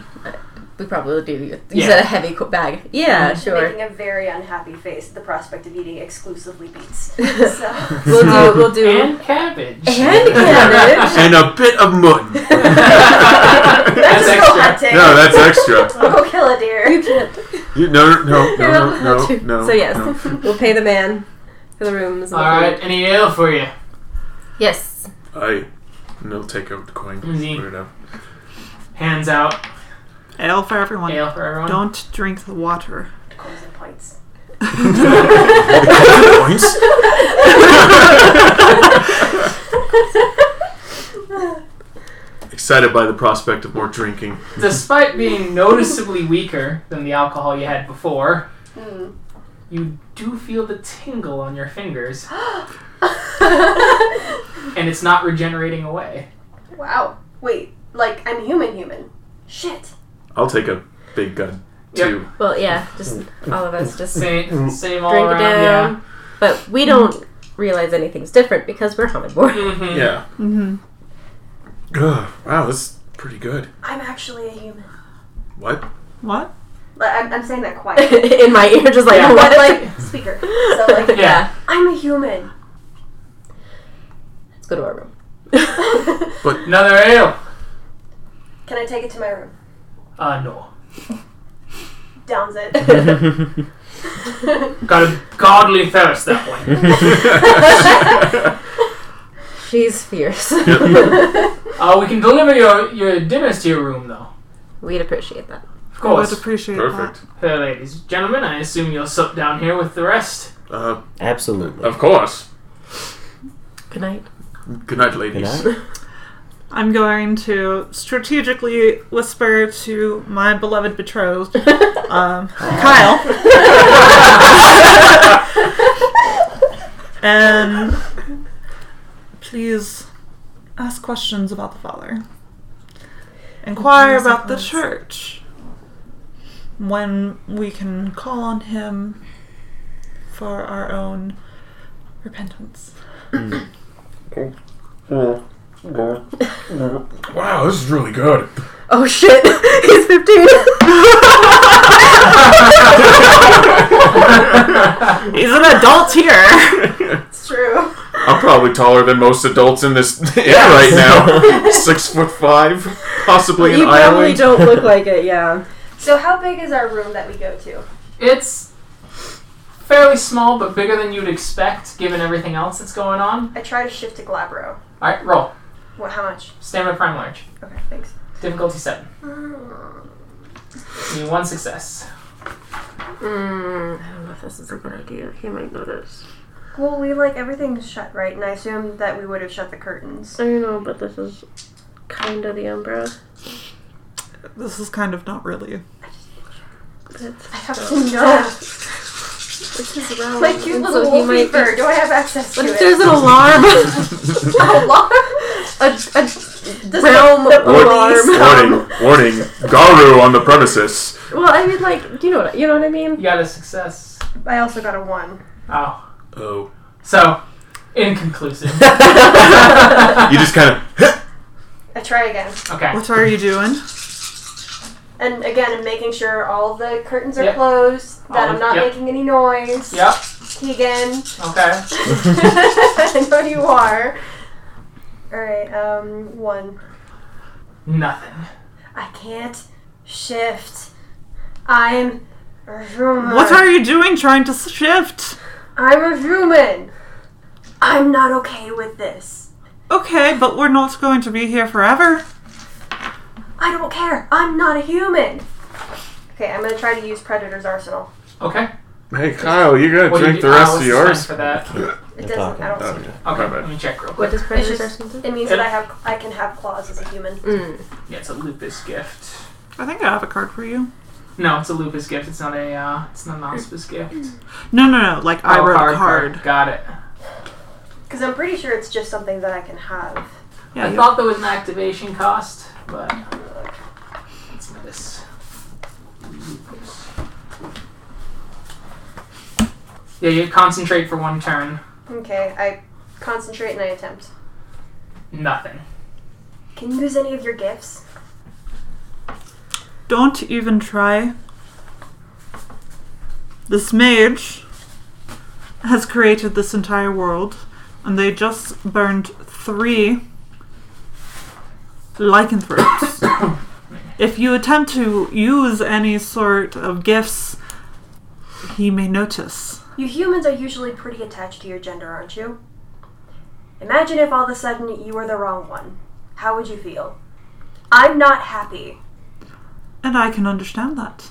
We probably would do. You Yeah. Mm-hmm. said a heavy co- bag. Yeah, sure. Making a very unhappy face at the prospect of eating exclusively <laughs> beets. So, We'll do. We'll do. And cabbage. <laughs> And <laughs> cabbage. And a bit of mutton. <laughs> That's that's a extra. still hot take. No, Oh, that's <laughs> extra. Oh, Go kill a deer. You can't. You, no, <laughs> no, no, <laughs> <laughs> no, no, no. so yes, no. we'll pay the man for the rooms. and the All right, food. any ale for you? <laughs> Yes. <laughs> I. And they'll take out the coin. Mhm. Put it up. Hands out Ale for everyone. ale for everyone. Don't drink <laughs> the water. Coins and points. Coins? Excited by the prospect of more drinking. Despite being noticeably weaker than the alcohol you had before, Mm. you do feel the tingle on your <gasps> fingers, Hmm. <laughs> and it's not regenerating away. wow. Wait, like I'm human, human. Shit. I'll take a big gun. Two. <laughs> Well, yeah, just all of us just drink Same, same all it around. down. But we don't realize anything's different because we're Yeah. omnivore. Mm-hmm. Yeah. Mm-hmm. Ugh, wow, this is pretty good. I'm actually a human. What? What? Like, I'm, I'm saying that <laughs> quiet. <laughs> In my ear, just like Yeah. what? Like, Speaker. So like, <laughs> yeah. I'm a human. Let's go to our room. Another ale. Can I take it to my room? Uh, no. Downs it. <laughs> Got a godly thirst that way. <laughs> She's fierce. Uh, we can deliver your, your dinners to your room, though. We'd appreciate that. Of I would course. appreciate Perfect. Fair ladies and gentlemen, I assume you'll sup down here with the rest. Uh, Absolutely. of course. Good night. Good night, Good ladies. night. that. I'm going to strategically whisper to my beloved betrothed, <laughs> um, Kyle, <laughs> and Um, please ask questions about the father. Inquire about the church. When we can call on him for our own repentance. Wow, this is really good. <laughs> oh shit, he's fifteen. He's an adult here. It's true. <laughs> I'm probably taller than most adults in this <laughs> inn right now. Six foot five, possibly you in probably Ireland. don't look like it. <laughs> Yeah. So how big is our room that we go to? It's fairly small, but bigger than you'd expect given everything else that's going on. I try to shift to Glabro. Alright, roll. What? How much? Standard prime large. Okay, thanks. Difficulty 7. Mm. You need one success. Mm, I don't know if this is a good idea. He might notice. Well, we like everything's shut, right? And I assume that we would have shut the curtains. I don't know, but this is kind of the Umbra. <laughs> This is kind of not really. I have to know. <laughs> This is round. My cute and little so he wolf might be- Do I have access to But if it? there's an <laughs> alarm, a lot. a, a Does realm the- the Warn- alarm. warning, warning, Garu on the premises. Well, I mean, like, do you know what you know what I You mean? got a success. I also got a one. Oh. Oh. So, <laughs> inconclusive. You just kind of. I try again, okay. What are you doing? and again, I'm making sure all the curtains are Yep. closed, that All- I'm not Um, yep. making any noise. Yep. Keegan, Okay. <laughs> I know you are. All right, um, one. Nothing. I can't shift. I'm a human. What are you doing trying to shift? I'm a human. I'm not okay with this. Okay, but we're not going to be here forever. I don't care. I'm not a human. Okay, I'm gonna try to use Predator's arsenal. Okay. Hey, Kyle, you gotta What do you drink do- the uh, rest of what's the yours. time for that. It You're doesn't. I don't see. Okay. Okay, My bad. let me check real quick. What does It's prejudice or just, something? it means Yeah. that I have I can have claws as a human. Mm. Yeah, it's a lupus gift. I think I have a card for you. No, it's a lupus gift. It's not a. Uh, it's not an auspice gift. No, no, no. Like I Oh, wrote hard a card. Got it. Because I'm pretty sure it's just something that I can have. Yeah, I you- thought there was an activation cost, but uh, let's miss. Yeah, you concentrate for one turn. Okay, I concentrate and I attempt. Nothing. Can you use any of your gifts? don't even try. This mage has created this entire world, and they just burned three lycanthropes. <coughs> if you attempt to use any sort of gifts, he may notice. You humans are usually pretty attached to your gender, aren't you? Imagine if all of a sudden you were the wrong one. How would you feel? I'm not happy. And I can understand that.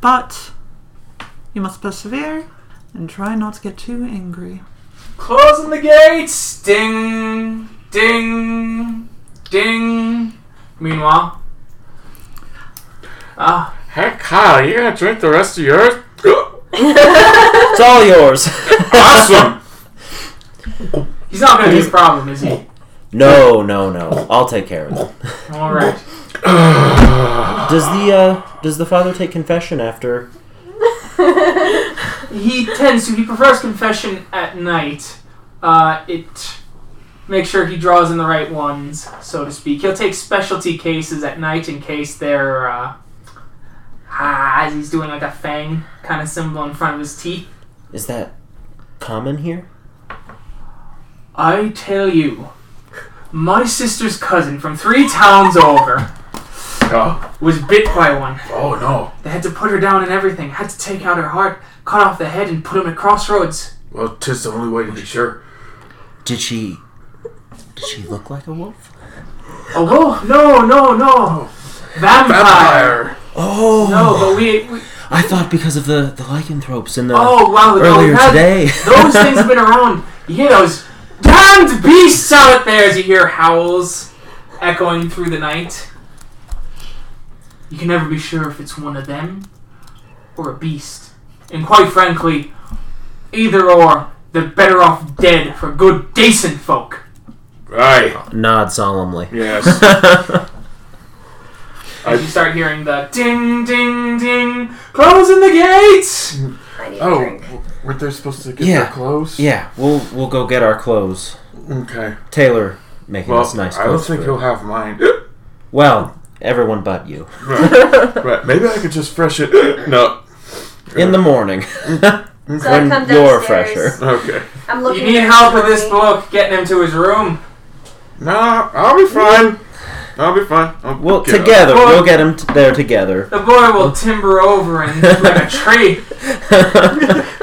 But you must persevere and try not to get too angry. Closing the gates. Ding, ding, ding. Meanwhile, ah, Hey, Kyle, you gotta drink the rest of yours? It's all yours. <gasps> <laughs> awesome! he's not gonna be a problem, is he? No, no, no. I'll take care of it. All right. Does the uh, does the father take confession after? He tends to. He prefers confession at night. Uh, it makes sure he draws in the right ones, so to speak. He'll take specialty cases at night in case they're. Uh, ah, as he's doing like a fang kind of symbol in front of his teeth. Is that common here? I tell you, my sister's cousin from three towns over <laughs> Oh, was bit by one. oh no. They had to put her down and everything. Had to take out her heart, cut off the head, and put him at crossroads. Well, tis the only way to be sure. Did she? Did she look like a wolf? A wolf? Oh, No, no, no. Vampire. Vampire! Oh No, but we. we I thought because of the the lycanthropes in the oh wow, earlier those, today. those <laughs> things have been around. You hear those damned beasts out there as you hear howls echoing through the night. You can never be sure if it's one of them or a beast. And quite frankly, either or, they're better off dead for good, decent folk. Right. Nod <laughs> solemnly. <laughs> Yes. As you start hearing the ding, ding, ding, closing the gates! I need a Oh, drink. w- weren't they supposed to get Yeah. their clothes? yeah, we'll we'll go get our clothes. Okay. Taylor making Well, us nice I don't clothes. think for- he'll have <gasps> mine. Well, everyone but you. <laughs> <laughs> right. Maybe I could just fresh it. <gasps> no. In <laughs> the morning. So I when come you're downstairs. fresher. Okay. I'm You looking. need at help with this Joey. bloke getting him to his room. Nah, I'll be fine. I'll be fine. I'll Well, get up. together Well- we'll get him t- there <laughs> together. The boy will timber over and like a tree.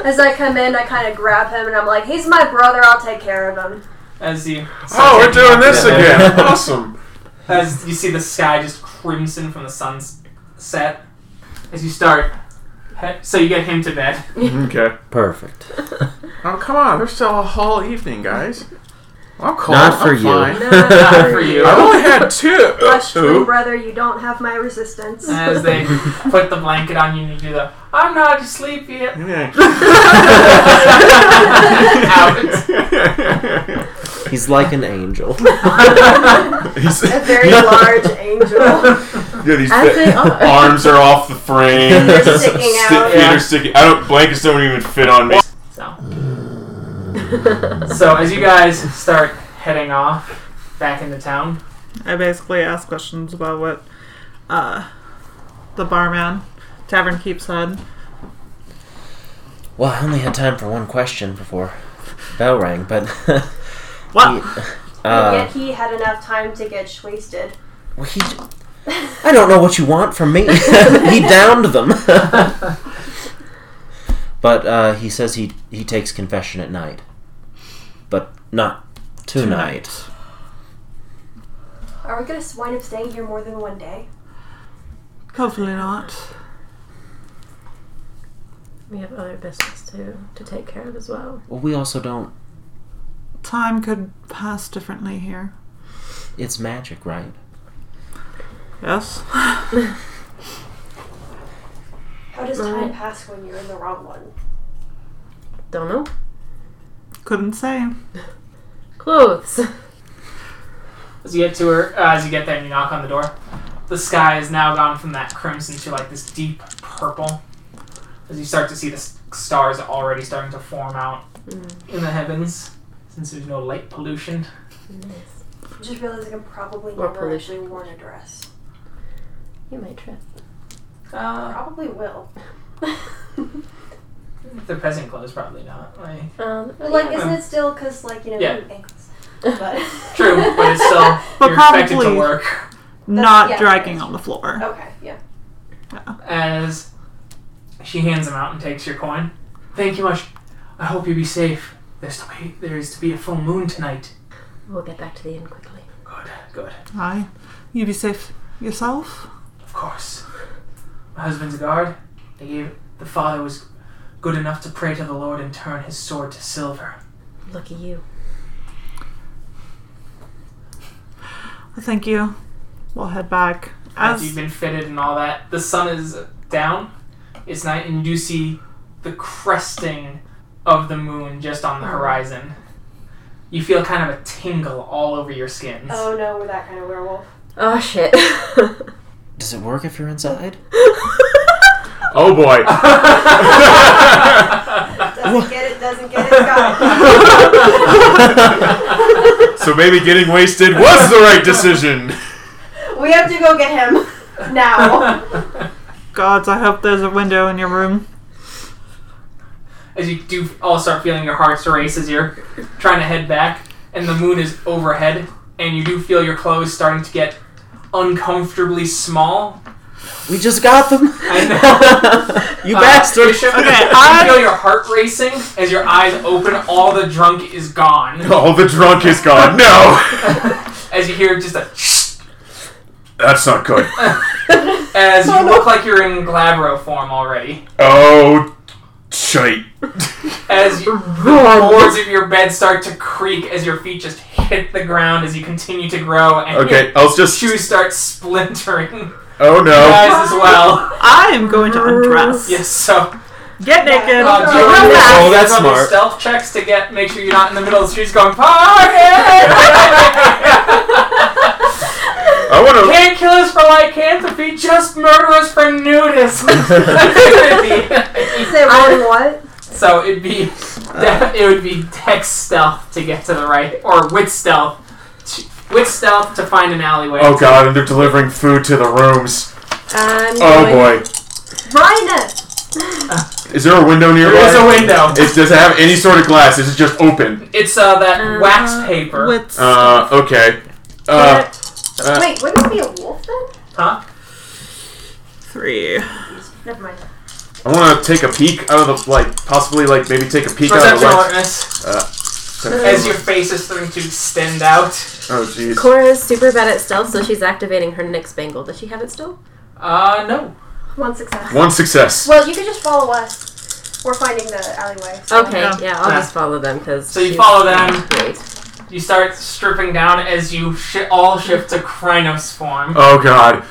As I come in, I kind of grab him and I'm like, "He's my brother. I'll take care of him." As you Oh, we're doing this Yeah. <laughs> again. Awesome. as you see the sky just crimson from the sun's set. As you start, he- so you get him to bed. Okay. Perfect. Oh, come on. There's still a whole evening, guys. I'll call. Not for I'm you. fine. Not for you. <laughs> I only had two. Uh, Hush, twin Two. brother. You don't have my resistance. As they put the blanket on you and you do the I'm not asleep yet. Yeah. Out. He's like <laughs> an Oh angel. He's- <laughs> A very <laughs> large angel. Yeah, these As they fit- are. <laughs> arms are off the frame. They're sticking Sti- out. Feet Yeah. are sticking. I don't. Blankets don't even fit on me. So. so as you guys start heading off back into town, I basically asked questions about what uh, the barman, tavern keep said. well, I only had time for one question before bell rang, but <laughs> What? and uh, yet he had enough time to get wasted. well, he. I don't know what you want from me. <laughs> he downed them. <laughs> but uh, he says he he takes confession at night, but not tonight. Are we gonna wind up staying here more than one day? Hopefully not. We have other business to to take care of as well. Well, we also don't. Time could pass differently here. It's magic, right? Yes. How Uh-huh. does time Right. pass when you're in the wrong one? Don't know. Couldn't say. Clothes. <laughs> As you get to her, uh, as you get there and you knock on the door, the sky has now gone from that crimson to like this deep purple. As you start to see the s- stars already starting to form out Mm. in the heavens, since there's no light pollution. Just realizing I'm probably Or never pollution. actually worn a dress. You might trip. Uh, Probably will. the peasant clothes probably not. Like, Um, But like, yeah. isn't it still because like you know Yeah. ankles? But <laughs> true, but it's still But you're expected to probably- work. not yeah, dragging that's on the floor. <laughs> okay, yeah. As she hands him out and takes your coin. Thank you much. I hope you be safe. There's to be there is to be a full moon tonight. We'll get back to the inn quickly. Good, good. Aye. You be safe yourself. Of course. My husband's a guard. They gave the father was good enough to pray to the Lord and turn his sword to silver. Lucky you. Thank you. We'll head back. As you've As been fitted and all that, the sun is down. It's night, and you do see the cresting of the moon just on the horizon. You feel kind of a <laughs> <laughs> tingle all over your skins. <laughs> Oh no, we're that kind of werewolf. Oh shit. Does it work if you're inside? Oh boy. Doesn't get it, doesn't get it, got it. so maybe getting wasted was the right decision. We have to go get him <laughs> now. Gods, I hope there's a window in your room. As you do all start feeling your hearts race as you're trying to head back, and the moon is overhead, and you do feel your clothes starting to get uncomfortably small. We just got them. I know. <laughs> you Uh, bastard. Bishop, <laughs> Okay, you feel I- your heart racing as your eyes open. All the drunk is gone. <laughs> Oh, the drunk is gone. No! As you hear just a <laughs> That's not good. as you look like you're in Glabro form already. Oh, shite. As you, the boards of your bed start to creak as your feet just hit the ground as you continue to grow and Okay, I'll your just. shoes start splintering. Oh no. Guys, as <laughs> well. I am going to undress. Yes, so um, Get naked. uh, do you Oh, want to make that's some other smart. stealth checks to get make sure you're not in the middle of the streets going party. I want Can't kill us for lycanthropy, just murder us for nudism. Say rolling what? <laughs> so it'd be it would be dex stealth to get to the right, or wit stealth, to- wit stealth to find an alleyway. to. Oh god, and they're delivering food to the rooms. I'm Oh going- boy. Rhina! Is there a window There nearby? is a window. It does it have any sort of glass? Is it just open? It's uh, that Uh, wax paper. With Uh, okay. Uh, uh, Wait, wouldn't it be a wolf then? huh? three. Never mind. I want to take a peek out of the like, possibly like maybe take a peek out of Perception the lights. alertness. As Perception. your face is starting to extend out. Oh jeez. Cora is super bad at stealth, so she's activating her Nyx Bangle. Does she have it still? Uh, no. One success. One success. Well, you could just follow us. We're finding the alleyway. so- Okay, yeah, Yeah. I'll Yeah. just follow them because. So you follow them. Great. You start stripping down as you shi all shift to Krynos form. Oh god.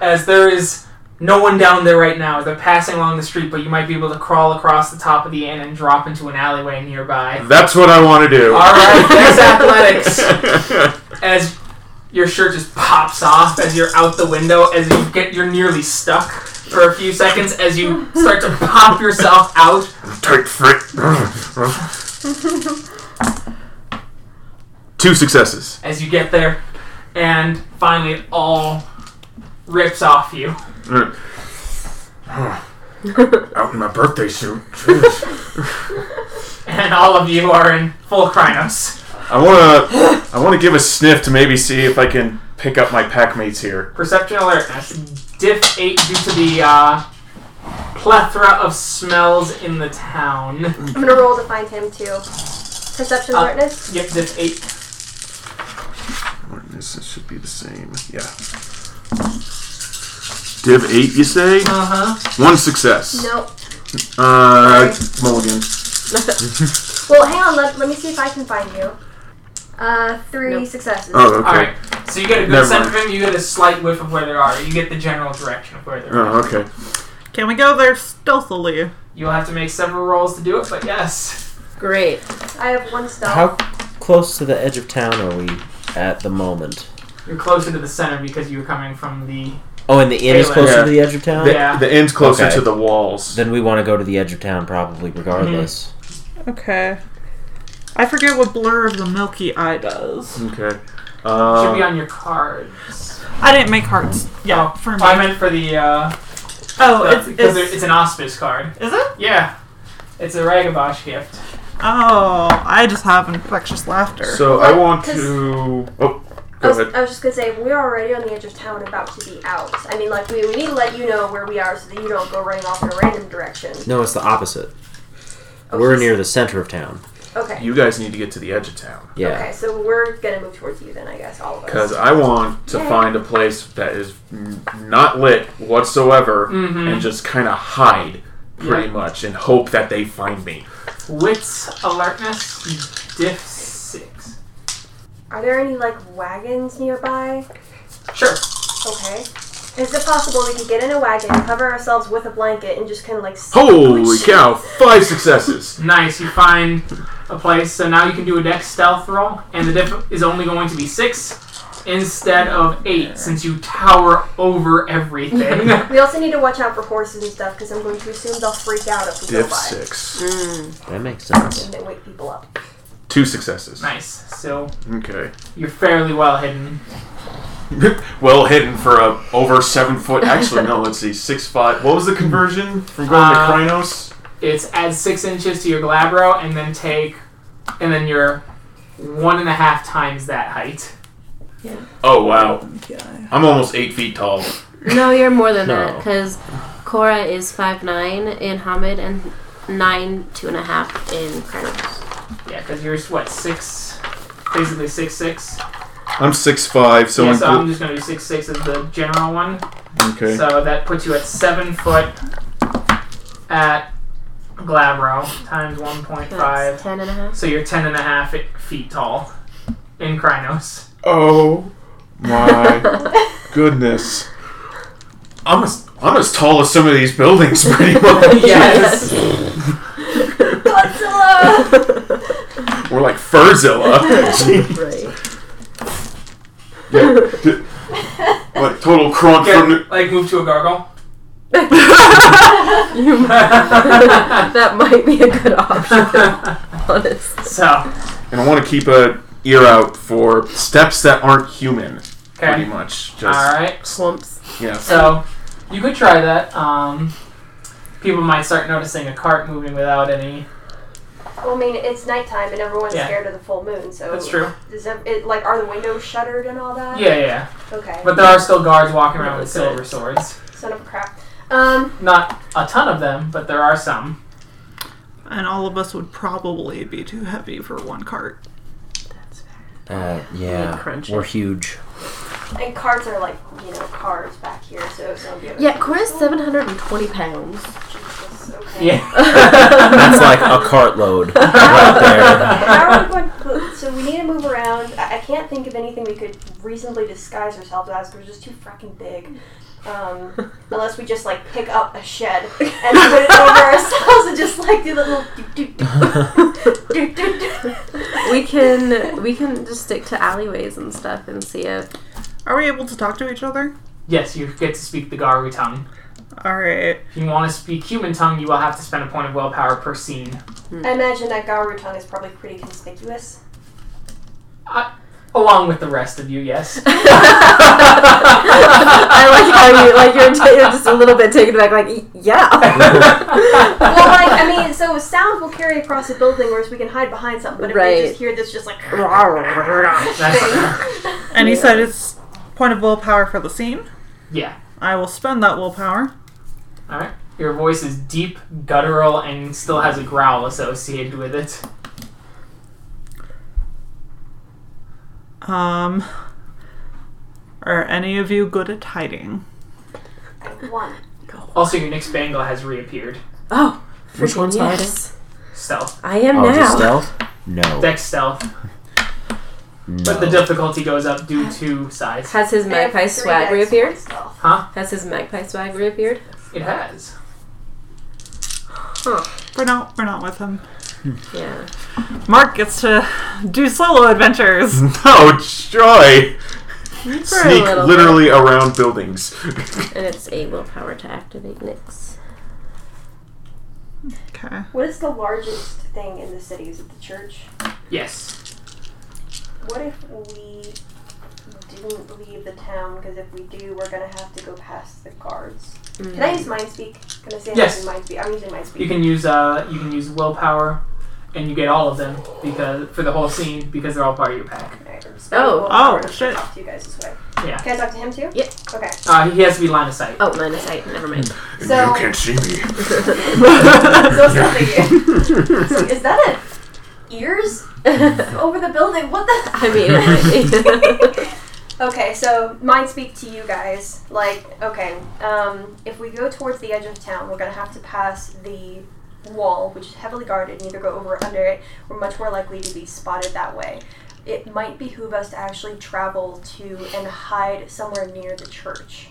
as there is no one down there right now. They're passing along the street, but you might be able to crawl across the top of the inn and drop into an alleyway nearby. That's what I want to do. All right, that's athletics. As your shirt just pops off as you're out the window, as you get you're nearly stuck for a few seconds as you start to pop yourself out. <laughs> Tight fit. <laughs> Two successes. as you get there, and finally it all rips off you. Out in my birthday suit. Jeez. And all of you are in full Krynos. <laughs> I wanna, I wanna give a sniff to maybe see if I can pick up my pack mates here. Perception alertness. Diff 8 due to the uh, plethora of smells in the town. I'm gonna roll to find him too. Perception Uh, alertness? Yep, Diff 8. This should be the same. Yeah. Div eight, you say? Uh-huh. Uh huh. One success. Nope. Uh, Mulligan. Well, hang on. Let, let me see if I can find you. Uh, three successes. Oh, okay. Alright, so you get a good Never sense of mind. them, you get a slight whiff of where they are, you get the general direction of where they're Oh, okay. Can we go there stealthily? You'll have to make several rolls to do it, but yes. <laughs> Great. I have one stealth. How close to the edge of town are we at the moment? You're closer to the center because you were coming from the. Oh, and the inn is Taylor. closer Yeah. to the edge of town? The, Yeah. the end's closer Okay. to the walls. Then we want to go to the edge of town probably regardless. Okay. I forget what Blur of the Milky Eye does. okay. should be Uh, on your cards. I didn't make hearts. Yeah, for me. Oh, I meant for the. Uh, oh, the- it's, because it's- it's, an auspice card. is it? Yeah. It's a Ragabosh gift. Oh, I just have infectious laughter. so I want to. Oh, I go was, ahead. I was just gonna say we're already on the edge of town, about to be out. I mean, like we, we need to let you know where we are so that you don't go running off in a random direction. No, it's the opposite. Oh, We're he's- near the center of town. Okay. You guys need to get to the edge of town. Yeah. Okay, so we're gonna move towards you then, I guess, all of us. Because I want to Yeah. find a place that is n- not lit whatsoever Mhm. and just kind of hide pretty Yeah. much and hope that they find me. Wits alertness diff six. Are there any like wagons nearby? Sure. Okay. Is it possible we could get in a wagon, cover ourselves with a blanket, and just kind of like s- Holy cow! Five successes! Nice. You find a place, so now you can do a dex stealth roll, and the diff is only going to be six. instead of eight, since you tower over everything. <laughs> We also need to watch out for horses and stuff because I'm going to assume they'll freak out if we go Diff by six. Mm. That makes sense. and they wake people up. <laughs> Two successes. nice. So Okay. <laughs> you're fairly well hidden. well hidden for a over seven foot. Actually, no. Let's see, six five. What was the conversion from going Uh, to Krynos? It's add six inches to your glabro, and then take, and then you're one and a half times that height. Oh wow, Yeah. I'm almost eight feet tall. No, you're more than No. that because Cora is five nine in Hamid and nine two and a half in Krenos. Yeah, because you're what six, basically six six. I'm six five, so yeah, I'm so I'm just gonna do six six as the general one. okay. So that puts you at seven foot at glabro times one point five. That's ten and a <laughs> half. So you're ten and a half feet tall in Krynos. Oh my goodness. I'm as, I'm as tall as some of these buildings, <laughs> pretty much. yes. Godzilla! <laughs> We're like Furzilla. <laughs> <laughs> Right. like total crunk <laughs> from Okay, the. like move to a gargle. You might- that might be a good option, honest. <laughs> so And I want to keep a ear out for steps that aren't human, pretty okay. much. Just, All right. Clumps. Yeah. So you could try that. Um, people might start noticing a cart moving without any. well, I mean, it's nighttime and everyone's Yeah. scared of the full moon, so. That's true. Does that, it, like, are the windows shuttered and all that? Yeah, yeah. Okay. But there are still guards walking around with Really silver good. swords. Son of a crap. Um, Not a ton of them, but there are some. And all of us would probably be too heavy for one cart. Uh, Like yeah, crunch it. we're huge. and cards are like, you know, cars back here, so. so Yeah, Cora's seven hundred and <laughs> twenty pounds. Jesus, okay. Yeah. That's like a cartload right <laughs> And I would want- so we need to move around. I I can't think of anything we could reasonably disguise ourselves as because we're just too freaking big. Um, <laughs> unless we just like pick up a shed and put it <laughs> over ourselves and just like do the little do do do do do do. We can we can just stick to alleyways and stuff and <laughs> see if Are we able to talk to each other? yes, you get to speak the Garu tongue. All right. If you want to speak human tongue, you will have to spend a point of willpower per scene. I imagine that Garu tongue is probably pretty conspicuous. Along with the rest of you, <laughs> yes. <laughs> I like how you like you're, t- you're just a little bit taken back. Like "Y- yeah, Well, like I mean, so sound will carry across a building, whereas we can hide behind something. But if we Right. just hear this, just like <laughs> That's- <laughs> <laughs> And he said it's point of willpower for the scene. yeah. I will spend that willpower. Alright. Your voice is deep, guttural, and still has a growl associated with it. Um, are any of you good at hiding? one. Also, your Nick Spangle has reappeared. oh, Which freaking one's yes. Stealth. I am Oh, is it now. stealth? No. Dex stealth. But the no. difficulty goes up due to size. Has his They have magpie three swag dice reappeared? myself. Has his magpie swag reappeared? It has. We're not. We're not with him. Yeah. Mark gets to do solo adventures. <laughs> <laughs> No, Joy! Sneak little literally around buildings. <laughs> And it's a willpower to activate Nyx. okay. What is the largest thing in the city? Is it the church? Yes. What if we didn't leave the town? Because if we do, we're gonna have to go past the guards. Can Mm. I use mind speak? Can I say Yes. I'm using mind speak? I'm using mind You speak. can use uh you can use willpower and you get all of them because for the whole scene because they're all part of your pack. Alright, I'm just- Oh. well, Oh, I'm gonna shit. Talk to you guys this way. Yeah. Can I talk to him too? Yeah. Okay. Uh, he has to be line of <laughs> sight. <laughs> Oh, minus eight. Never mind. So, see me. <laughs> <laughs> <laughs> so it's not the ear. Is that a ears over the building? What the? I <laughs> mean, <laughs> it- Okay, so mind speak to you guys. Like, okay, um, if we go towards the edge of town, we're gonna have to pass the wall, which is heavily guarded, and either go over or under it. We're much more likely to be spotted that way. It might behoove us to actually travel to and hide somewhere near the church,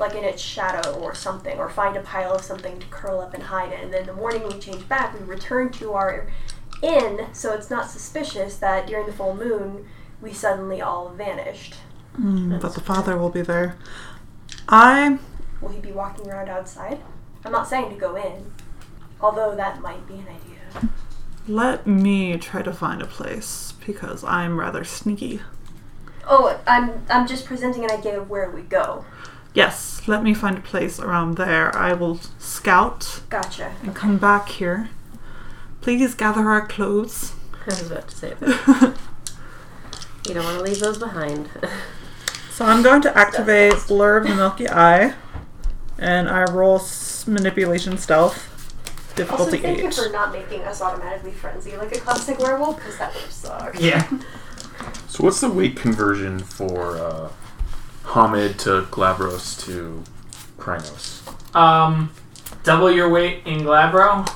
like in its shadow or something, or find a pile of something to curl up and hide in. And then the morning we change back, we return to our inn, so it's not suspicious that during the full moon we suddenly all vanished. Mm, but the father will be there. I Will he be walking around outside? I'm not saying to go in, although that might be an idea. let me try to find a place because I'm rather sneaky. Oh, I'm I'm just presenting an idea of where we go. Yes, let me find a place around there. I will scout Gotcha. and come back here. Please gather our clothes. I was about to say that. <laughs> You don't want to leave those behind. So I'm going to activate Blur of the Milky Eye, and I roll s- manipulation stealth, Also, difficulty thank you eight. for not making us automatically frenzy like a classic werewolf, because that would have sucked. Yeah. So what's the weight conversion for uh, Hamid to Glabros to Krynos? Um, double your weight in Glabro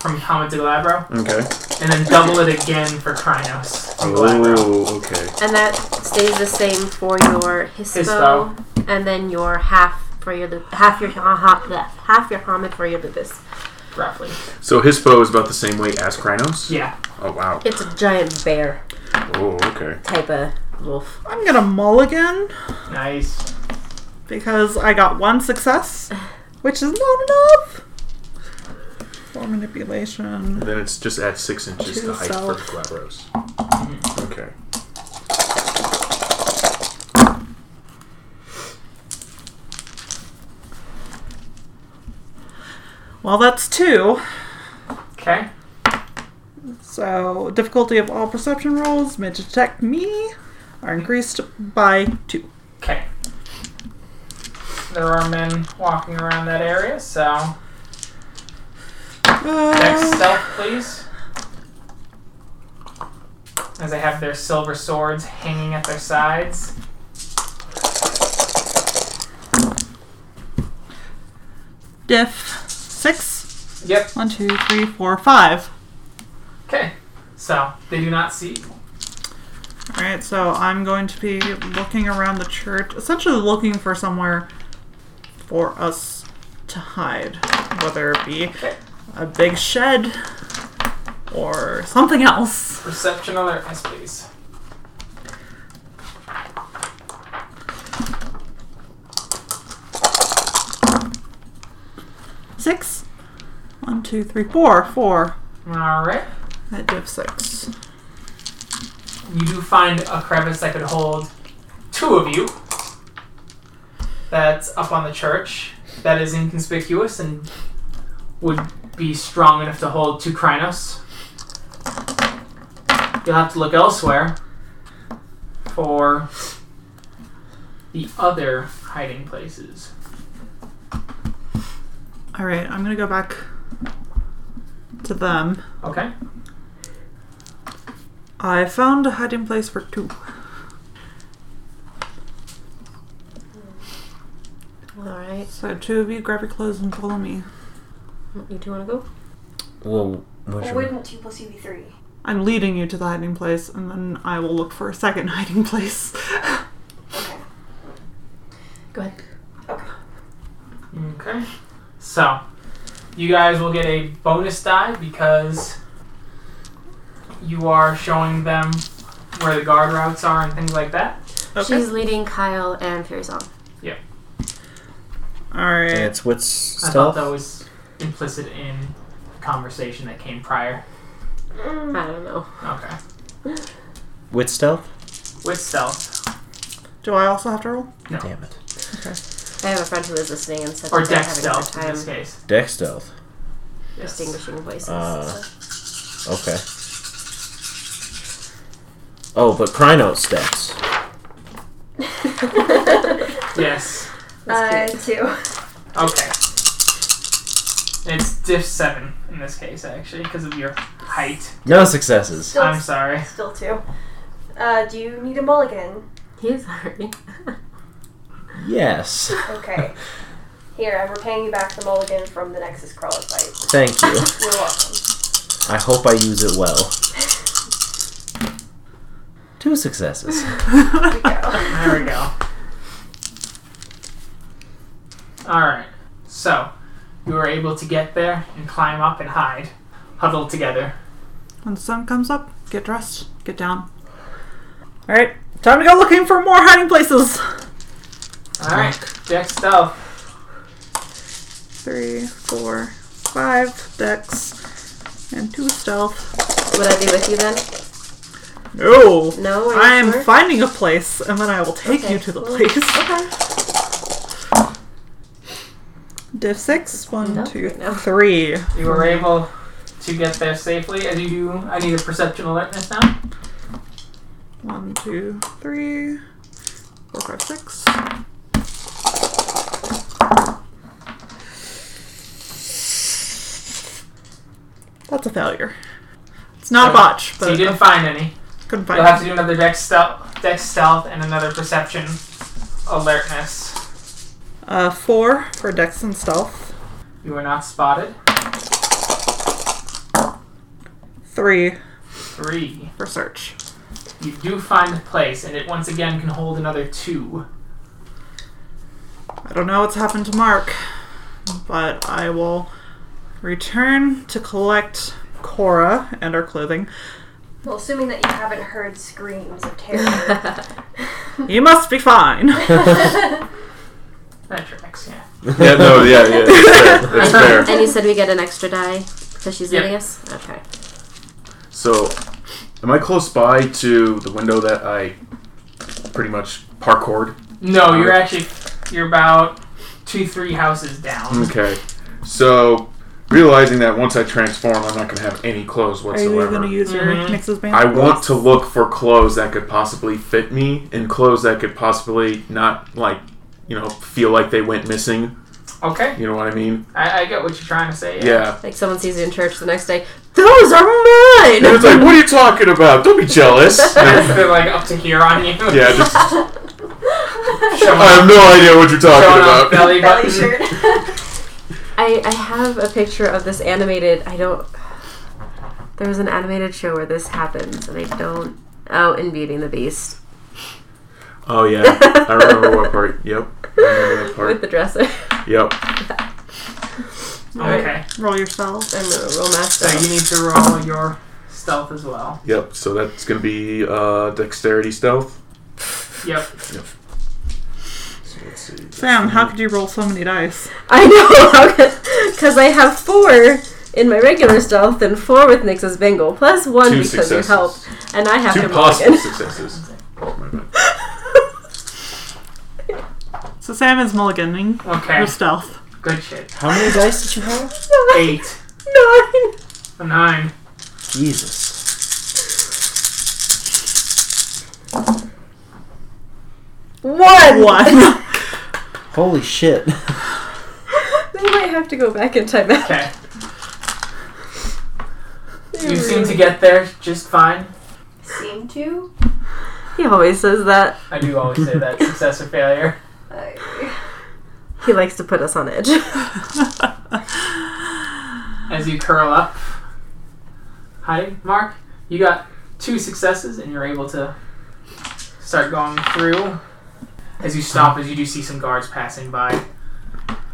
from Comet to Glabro, Okay. and then double it again for Krynos from Glabro. Oh, okay. And that stays the same for your histo, and then your half for your lu- half your ha- ha- bleh, half your hamid for your lupus. Roughly. So Hispo is about the same weight as Krynos? Yeah. Oh, wow. It's a giant bear Oh, okay. type of wolf. I'm gonna mulligan Nice. because I got one success, which is not enough. For manipulation, Then it's just at six inches To to the height south. for Glabros. Hmm. Okay. well, that's two. Okay. So difficulty of all perception rolls made to detect me are increased by two. Okay. There are men walking around that area, so next Uh, stealth, please. As they have their silver swords hanging at their sides. diff six. Yep. One, two, three, four, five. Okay. So they do not see. you. All right, so I'm going to be looking around the church, essentially looking for somewhere for us to hide, whether it be a big shed or something else. Perception alertness, please. Six. One, two, three, four, four. All right. At div six. you do find a crevice that could hold two of you that's up on the church that is inconspicuous and would be strong enough to hold two Krynos. You'll have to look elsewhere for the other hiding places. All right, I'm gonna go back to them. Okay? I found a hiding place for two. All right, So two of you grab your clothes and follow me. you two want to go? Well, which Or one? wouldn't two plus two be three? I'm leading you to the hiding place, and then I will look for a second <laughs> hiding place. Okay. Go ahead. Okay. Okay. So, you guys will get a bonus die because you are showing them where the guard routes are and things like that. She's leading Kyle and Fury's on. All right. It's what's I thought stealth? that was implicit in the conversation that came prior. I don't know. Okay. With stealth? With stealth. Do I also have to <laughs> roll? No. Damn it. I have a friend who is listening and said Or that they're deck having a hard stealth in time this case. Deck stealth. Yes. distinguishing voices. <laughs> Uh, Okay. Oh, but Krynos steps. yes. Uh, That's two. Okay. It's diff 7 in this case, actually, because of your height. No successes. Still, I'm sorry. <laughs> still two. Uh, do you need a mulligan? He's <laughs> already. Yes. Okay. Here, I'm repaying you back the mulligan from the Nexus Crawler fight. Thank you. You're welcome. I hope I use it well. Two <laughs> successes. Here we go. There we go. Alright. So, you were able to get there and climb up and hide. Huddled together. When the sun comes up, get dressed, get down. All right. Time to go looking for more hiding places. All right, Jack stealth. Three, four, five dex, and two stealth. Would I be with you then? No. No, are you I am sure? finding a place, and then I will take Okay, you to the cool. place. Okay. Div six, one, Enough two, right now. three. You were able to get there safely. As you do, I need a perception alertness now. One, two, three, four, five, six. That's a failure. It's not a botch, So you but didn't find any. couldn't You'll have find to it. do another dex stealth, dex stealth, and another perception alertness. Uh, four for Dex and Stealth. You were not spotted. Three Three. for Search. You do find a place, and it once again can hold another two. I don't know what's happened to Mark, but I will return to collect Cora and her clothing. Well, assuming that you haven't heard screams of <laughs> terror. You must be fine. That tracks, yeah. yeah, no, yeah, <laughs> yeah. That's fair. That's fair. And you said we get an extra die because she's Yeah. leading us. Okay. So, am I close by to the window that I pretty much parkoured? No, you're actually you're about two, three houses down. Okay. So, realizing that once I transform, I'm not going to have any clothes Are you whatsoever. going to use your Mhm. Nix's band? I want to look for clothes that could possibly fit me and clothes that could possibly not, like, you know, feel like they went missing. Okay, You know what I mean? I, I get what you're trying to say. Yeah. Like someone sees you in church the next day. Those are mine. And <laughs> it's like, what are you talking about? Don't be jealous. <laughs> yeah, <laughs> They're like up to here on you. just, I <laughs> Showing have no idea what you're talking showing off about. belly <laughs> Belly button. shirt. <laughs> I, I have a picture of this animated. I don't. There was an animated show where this happens, and I don't. Oh, in Beauty and the Beast Oh, yeah. I remember what part. Yep. I remember that <laughs> with part. the dresser. Yep. Okay, Roll yourself. I'm a real so master. you need to roll your stealth as well. Yep, so that's gonna be uh, dexterity stealth. Yep. So let's see. Sam, Mm-hmm. how could you roll so many dice? I know, <laughs> because I have four in my regular stealth and four with Nix's bingo, plus one Two because successes. you help, and I have Two to roll possible again. <laughs> successes. Oh, my bad. So Sam is mulliganing Okay. your stealth. Good shit. How many dice did you have? Eight. Nine. A nine. Jesus. One. <laughs> <laughs> One. Holy shit. <laughs> They might have to go back in time. <laughs> Okay. You seem to get there just fine. Seem to. He always says that. I do always say <laughs> that success or failure. Uh, He likes to put us on <laughs> edge. Oh, As you curl up, hi Mark. You got two successes, and you're able to start going through. As you stop, as you do see some guards passing by,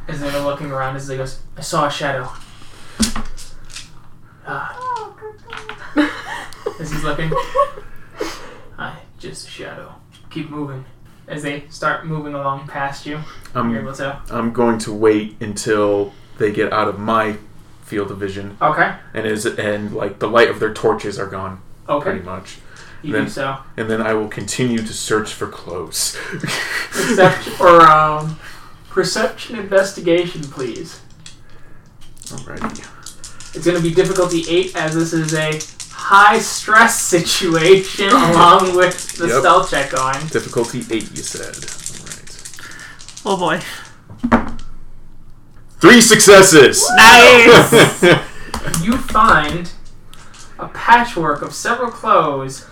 as they're looking around, as they go, I saw a shadow. Ah, as he's looking, hi, just a shadow. Keep moving. As they start moving along past you, you're I'm, able to. I'm going to wait until they get out of my field of vision, Okay, and is and like the light of their torches are gone, okay, pretty much. you Then- do so. And then I will continue to search for clothes. Perception or um, perception investigation, please. <laughs> Alrighty. It's going to be difficulty eight as this is a high stress situation along with the Yep. stealth check going. Difficulty eight, you said. Alright. oh boy. Three successes. Nice! You find a patchwork of several clothes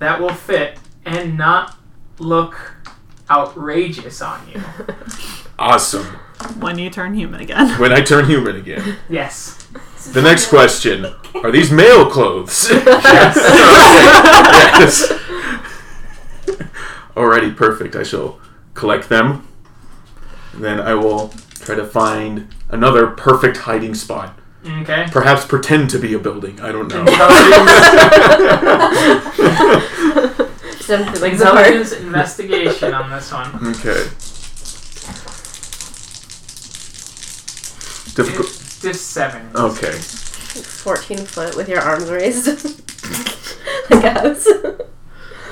that will fit and not look outrageous on you. <laughs> <laughs> awesome. when you turn human again. When I turn human again. Yes. The next question: Are these male clothes? Yes. yes. Alrighty, perfect. I shall collect them. And then I will try to find another perfect hiding spot. okay. Perhaps <laughs> <laughs> Oh. pretend to be a building. I don't know. Buildings, system for like the Intelligence part. investigation on this one. Okay. Difficult. Diff, diff seven. Okay. Fourteen foot with your arms <laughs> raised. like us.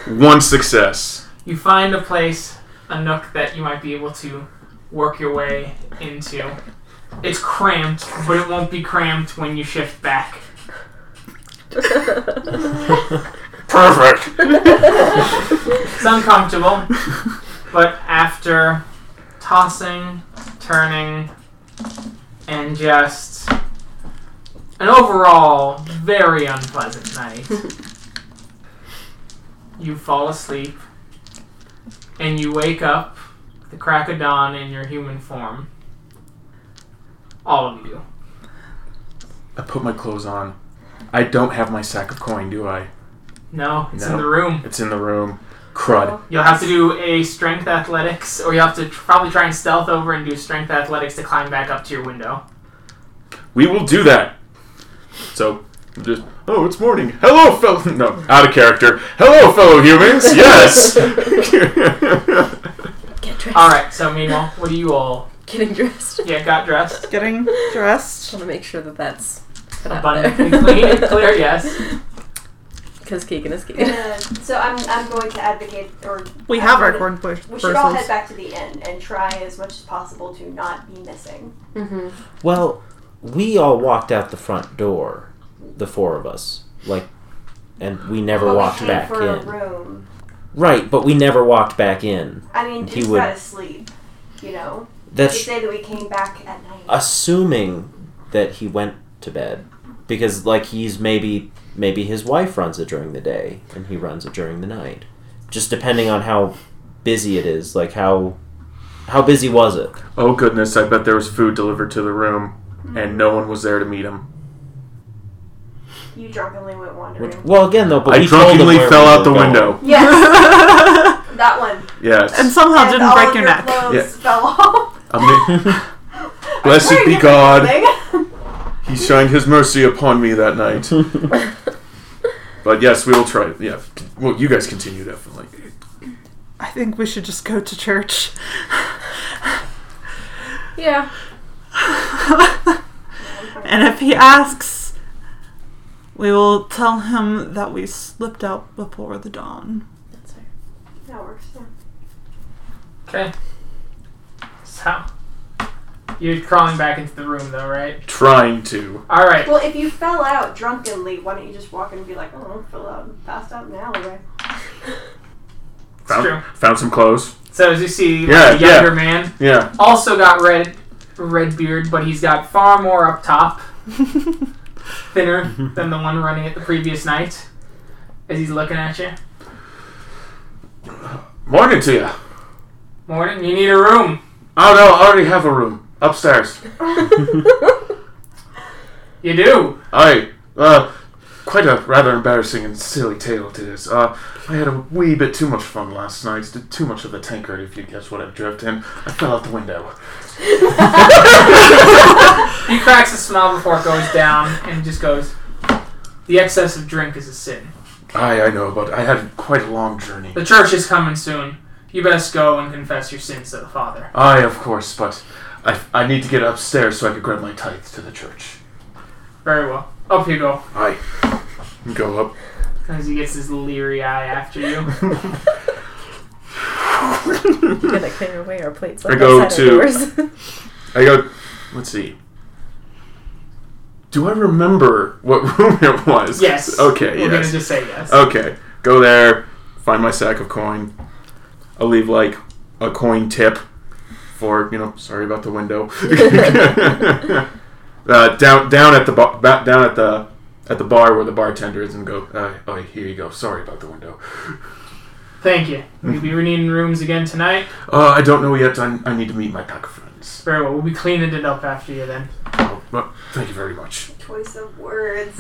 One success. You find a place, a nook that you might be able to work your way into. It's cramped, but it won't be cramped when you shift back. Perfect. It's uncomfortable, but after tossing, turning, and just an overall very unpleasant night, you fall asleep and you wake up at the crack of dawn in your human form. All of you. I put my clothes on. I don't have my sack of coin, do I? No, it's in No. the room. It's in the room. Crud. You'll have to do a strength athletics, or you'll have to tr- probably try and stealth over and do strength athletics to climb back up to your window. We will do that. So, just oh, it's morning. Hello, fellow. <laughs> No, out of character. Hello, fellow humans. <laughs> Yes. <laughs> Get dressed. All right. So meanwhile, what do you all? Getting dressed. Yeah, got dressed. Getting Just dressed. want to make sure that that's put out <laughs> Abundantly there. clean and <laughs> clear. <laughs> Yes. Because Keegan is Keegan. Uh, <laughs> so I'm, I'm going to advocate, or We have our corn push- we should all head verses. back to the inn and try as much as possible to not be missing. Mm-hmm. <laughs> Well, we all walked out the front door, the four of us. Like, and we never But we walked came back for in. a room. Right, but we never walked back in. I mean, He dude's would- got to sleep. You know, to That's say that we came back at night. assuming that he went to bed because like he's maybe maybe his wife runs it during the day and he runs it during the night just depending on how busy it is like how how busy was it oh goodness! I bet there was food delivered to the room, and no one was there to meet him. You drunkenly went wandering. Which- well again though but I we told him drunkenly where fell we out were the going. <laughs> window. Yes, <laughs> that one. Yes. And somehow and didn't all break of your your neck. Clothes Yeah. fell <laughs> off. Ama- I'm Blessed wearing <laughs> be different God. clothing. he shined his mercy upon me that night. but yes, we will try. Yeah. Well, you guys continue definitely. I think we should just go to church. Yeah. And if he asks, we will tell him that we slipped out before the dawn. That's right. that works. Okay. Yeah. So you're crawling back into the room, though, right? Trying to. All right. Well, if you fell out drunkenly, why don't you just walk in and be like, oh, I fell out and passed out in an alleyway. Found, true. found some clothes. So as you see, like, Yeah, the younger yeah. man Yeah. also got red red beard, but he's got far more up <laughs> top, thinner Mm-hmm. than the one running it the previous night. As he's looking at you, Morning to you. Morning, you need a room. Oh no, I already have a room upstairs. You do. I uh, quite a rather embarrassing and silly tale it is. Uh, I had a wee bit too much fun last night. Did too much of the tankard, if you catch what I drift, and I fell out the window. He cracks a smile before it goes down and just goes, The excess of drink is a sin. Aye, I know, but I had quite a long journey. The church is coming soon. You best go and confess your sins to the Father. Aye, of course, but I, I need to get upstairs so I could grab my tithes to the church. Very well. Up you go. Aye. Go up. As he gets his leery eye after <laughs> you. We're gonna clear away our plates. I go outside to- our doors. <laughs> I go. Let's see. Do I remember what <laughs> room it was? Yes. Okay. We're yes. Uh, gonna just say yes. Okay, go there, find my sack of coin. I'll leave like a coin tip for you know. Sorry about the window. uh, down down at the bar, down at the at the bar where the bartender is, and go. Uh, oh, here you go. Sorry about the window. Thank you. mm-hmm. We'll be needing rooms again tonight. Uh, I don't know yet. I, I need to meet my pack of friends. Very well. We'll be cleaning it up after you then. Oh, well, thank you very much. Choice of words.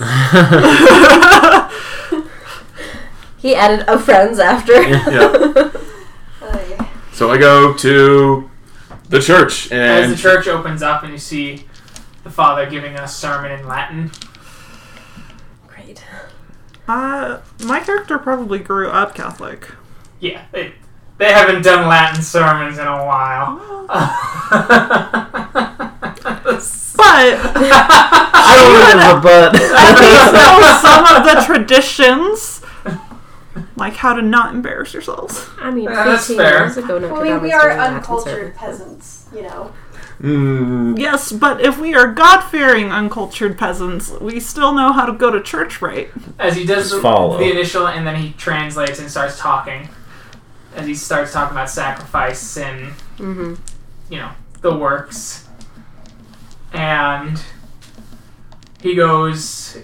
he added a friends after. <laughs> <laughs> Yeah. Ay. So I go to the church As and the church opens up and you see the Father giving us sermon in Latin. Great. Uh, my character probably grew up Catholic. Yeah, they, they haven't done Latin sermons in a <laughs> while. But I at <laughs> least don't know some of the traditions, like how to not embarrass yourselves. I mean, Yeah, that's 15 fair. years ago, Notre Well, I mean, Dame we was are doing Latin uncultured service. peasants, you know. Mm, Yes, but if we are God fearing, uncultured peasants, we still know how to go to church right. As he does Just follow. the initial, and then he translates and starts talking. As he starts talking about sacrifice and Mhm. you know the works, and he goes,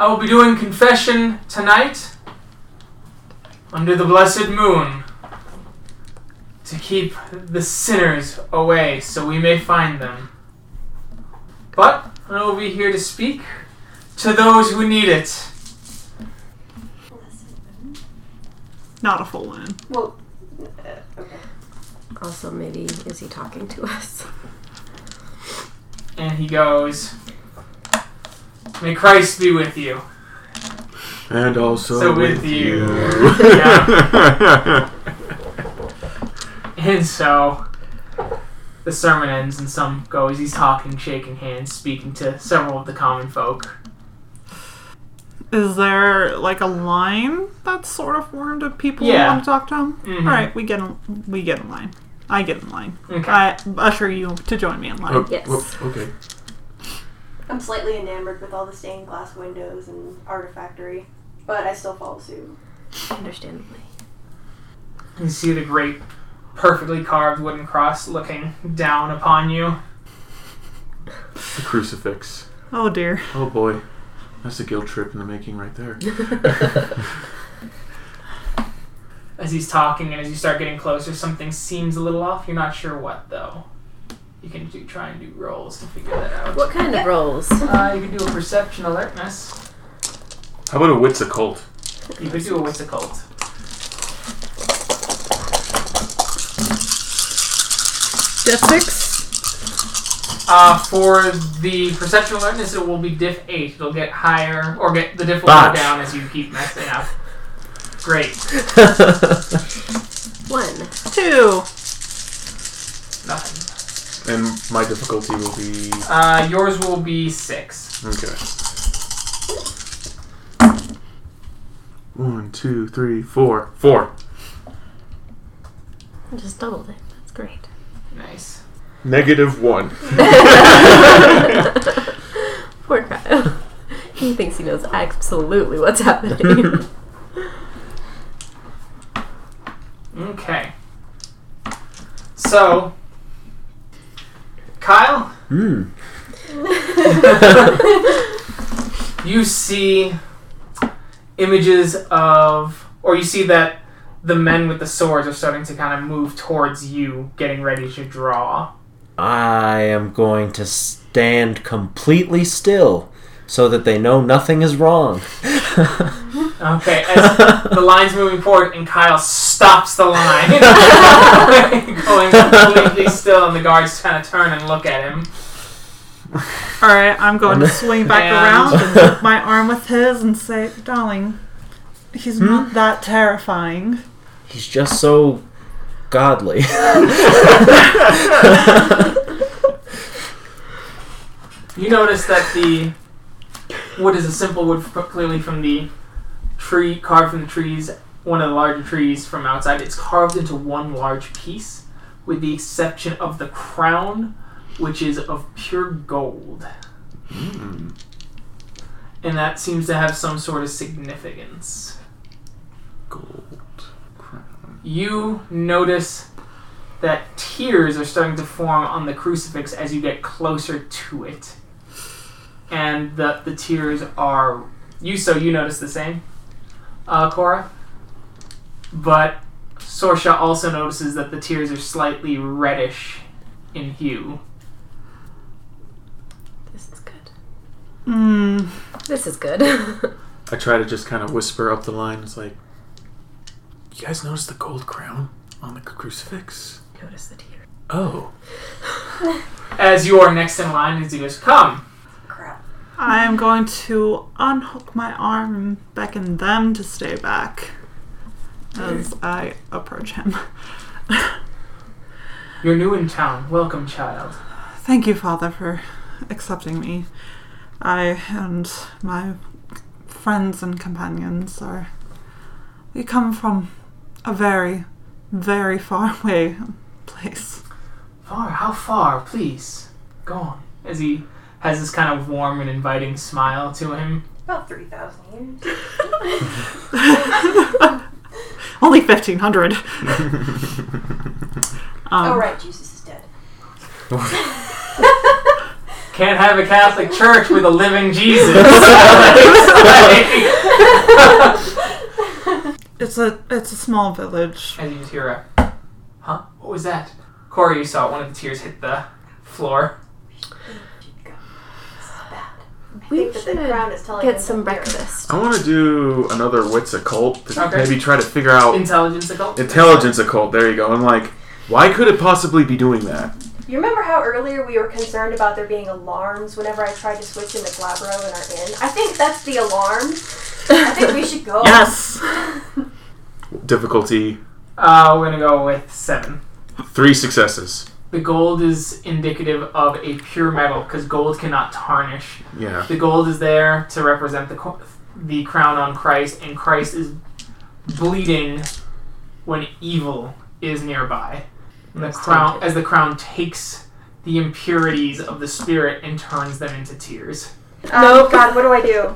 "I will be doing confession tonight under the blessed moon." To keep the sinners away so we may find them. But I will be here to speak to those who need it. Not a full one. Well, uh, okay. Also, maybe is he talking to us? <laughs> and he goes, "May Christ be with you." <laughs> and also So with you. <laughs> <laughs> yeah. And so the sermon ends, and some go as he's talking, shaking hands, speaking to several of the common folk. Is there like a line that's sort of formed of people Yeah. who want to talk to him? Mhm. right, we get in, we get in line. I get in line. Okay. I usher you to join me in line. Oh, Yes. oh, okay. I'm slightly enamored with all the stained glass windows and artifactory, but I still follow suit. Understandably. You see the great, perfectly carved wooden cross looking down upon you. The crucifix. Oh dear. Oh boy. That's a guilt trip in the making right there. As he's talking, and as you start getting closer, something seems a little off. You're not sure what, though. You can do, try and do rolls to figure that out. What kind of <laughs> rolls? Uh, you can do a perception alertness. How about a wits occult? You could do a wits occult. Diff six. Uh, for the perceptual alertness, it will be diff 8. It'll get higher, or get the diff will Botch. go down as you keep messing up. Great. but One. Two. Nothing. And my difficulty will be Uh, yours will be 6. okay. One, two, three, four. Four. I just doubled it. That's <laughs> great. <laughs> Nice. Negative one. Poor Kyle. He thinks he knows absolutely what's happening. <laughs> <laughs> Okay. So, Kyle, Hmm. <laughs> you see images of, or you see that the men with the swords are starting to kind of move towards you, getting ready to draw. <laughs> I am going to stand completely still so that they know nothing is wrong. Okay, as the line's moving forward, and Kyle stops the line, <laughs> going completely still, and the guards kind of turn and look at him. All right, I'm going to swing back And- around and hook my arm with his and say, "Darling, he's not that terrifying." He's just so godly. You notice that the wood is a simple wood, f- clearly from the tree, carved from the trees, one of the larger trees from outside. It's carved into one large piece, with the exception of the crown, which is of pure gold. And that seems to have some sort of significance. Gold crown. you notice that tears are starting to form on the crucifix as you get closer to it. And the, the tears are. You, so you notice the same, uh, Cora. But Sorsha also notices that the tears are slightly reddish in hue. this is good. Mm. This is good. <laughs> I try to just kind of whisper up the line. It's like, you guys notice the gold crown on the crucifix? Notice the tear. Oh. As you are next in line, as he goes, Come! Crap. I am going to unhook my arm and beckon them to stay back. as I approach him. <laughs> You're new in town. Welcome, child. Thank you, Father, for accepting me. I and my friends and companions are. We come from a very, very far <laughs> away place. Far? How far? Please. Go on. As he has this kind of warm and inviting smile to him. About 3,000 years. <laughs> Only <laughs> 1500. Um, oh, right, Jesus is dead. Can't have a Catholic church with a living Jesus. As It's a it's a small village. you just hear a, huh? What was that? Corey, you saw it. One of the tears hit the floor. Should go. This is bad. I We think that the crown should is telling get us some that they're- breakfast. I want to do another wits occult to Okay. maybe try to figure out Intelligence occult. intelligence occult. There you go. I'm like, why could it possibly be doing that? You remember how earlier we were concerned about there being alarms whenever I tried to switch into Glabro in our inn? I think that's the alarm. I think we should <laughs> go. Yes. Difficulty Uh, we're gonna go with seven. three successes. The gold is indicative of a pure metal because gold cannot tarnish. <laughs> Yeah. The gold is there to represent the co- the crown on Christ, and Christ is bleeding when evil is nearby. And the Rest in crown, peace. as the crown takes the impurities of the spirit and turns them into tears. Um, Nope. God, what do I do?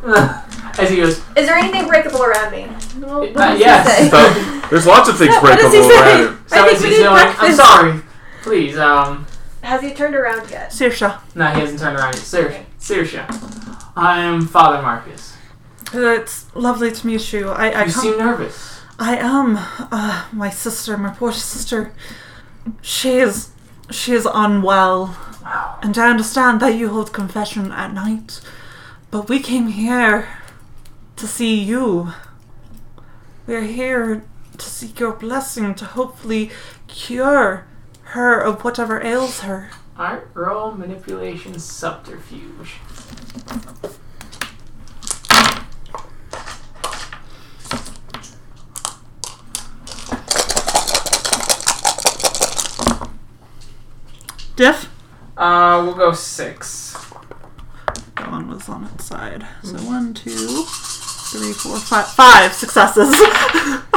As he goes, Is there anything breakable around me? Well, what uh, does he say? yes. <laughs> So, there's lots of things What does he breakable say? around. So think as we he's need going, I'm breakfast." sorry. Please, um, Has he turned around yet? Sirsha. no, he hasn't turned around. yet. Sir, Sirsha, I am Father Marcus. It's lovely to meet you. I I You can't- seem nervous. I am. Uh, my sister, my poor sister. She is. She is unwell. And I understand that you hold confession at night. But we came here to see you. We're here to seek your blessing to hopefully cure her of whatever ails her. Art roll manipulation subterfuge. Diff? Uh, we'll go six. That one was on its side. So one, two, three, four, five, five successes. <laughs>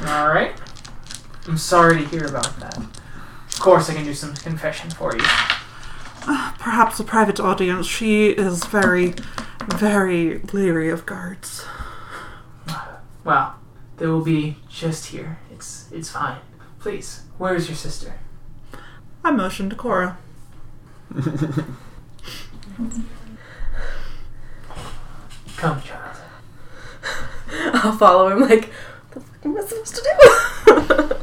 All right. I'm sorry to hear about that. Of course, I can do some confession for you. perhaps a private audience. She is very, very leery of guards. Well, they will be just here. It's it's fine. Please, where is your sister? I motion to Cora. Come, child. I'll follow him. Like, what the fuck am I supposed <laughs> to do?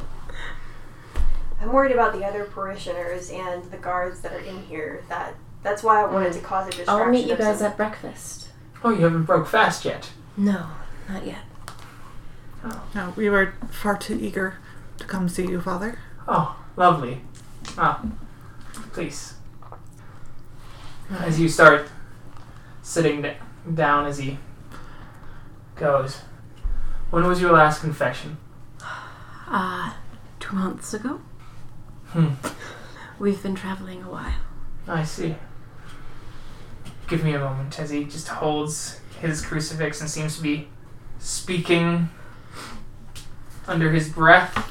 I'm worried about the other parishioners and the guards that are in here. That That's why I wanted to cause a distraction. I'll meet you of guys some- at breakfast. Oh, you haven't broke fast yet. No, not yet. No, we were far too eager to come see you, Father. Oh, lovely. Ah, please. As you start sitting d- down, as he goes, when was your last confession? Uh, two months ago? Hmm. We've been traveling a while. I see. Give me a moment as he just holds his crucifix and seems to be speaking under his breath.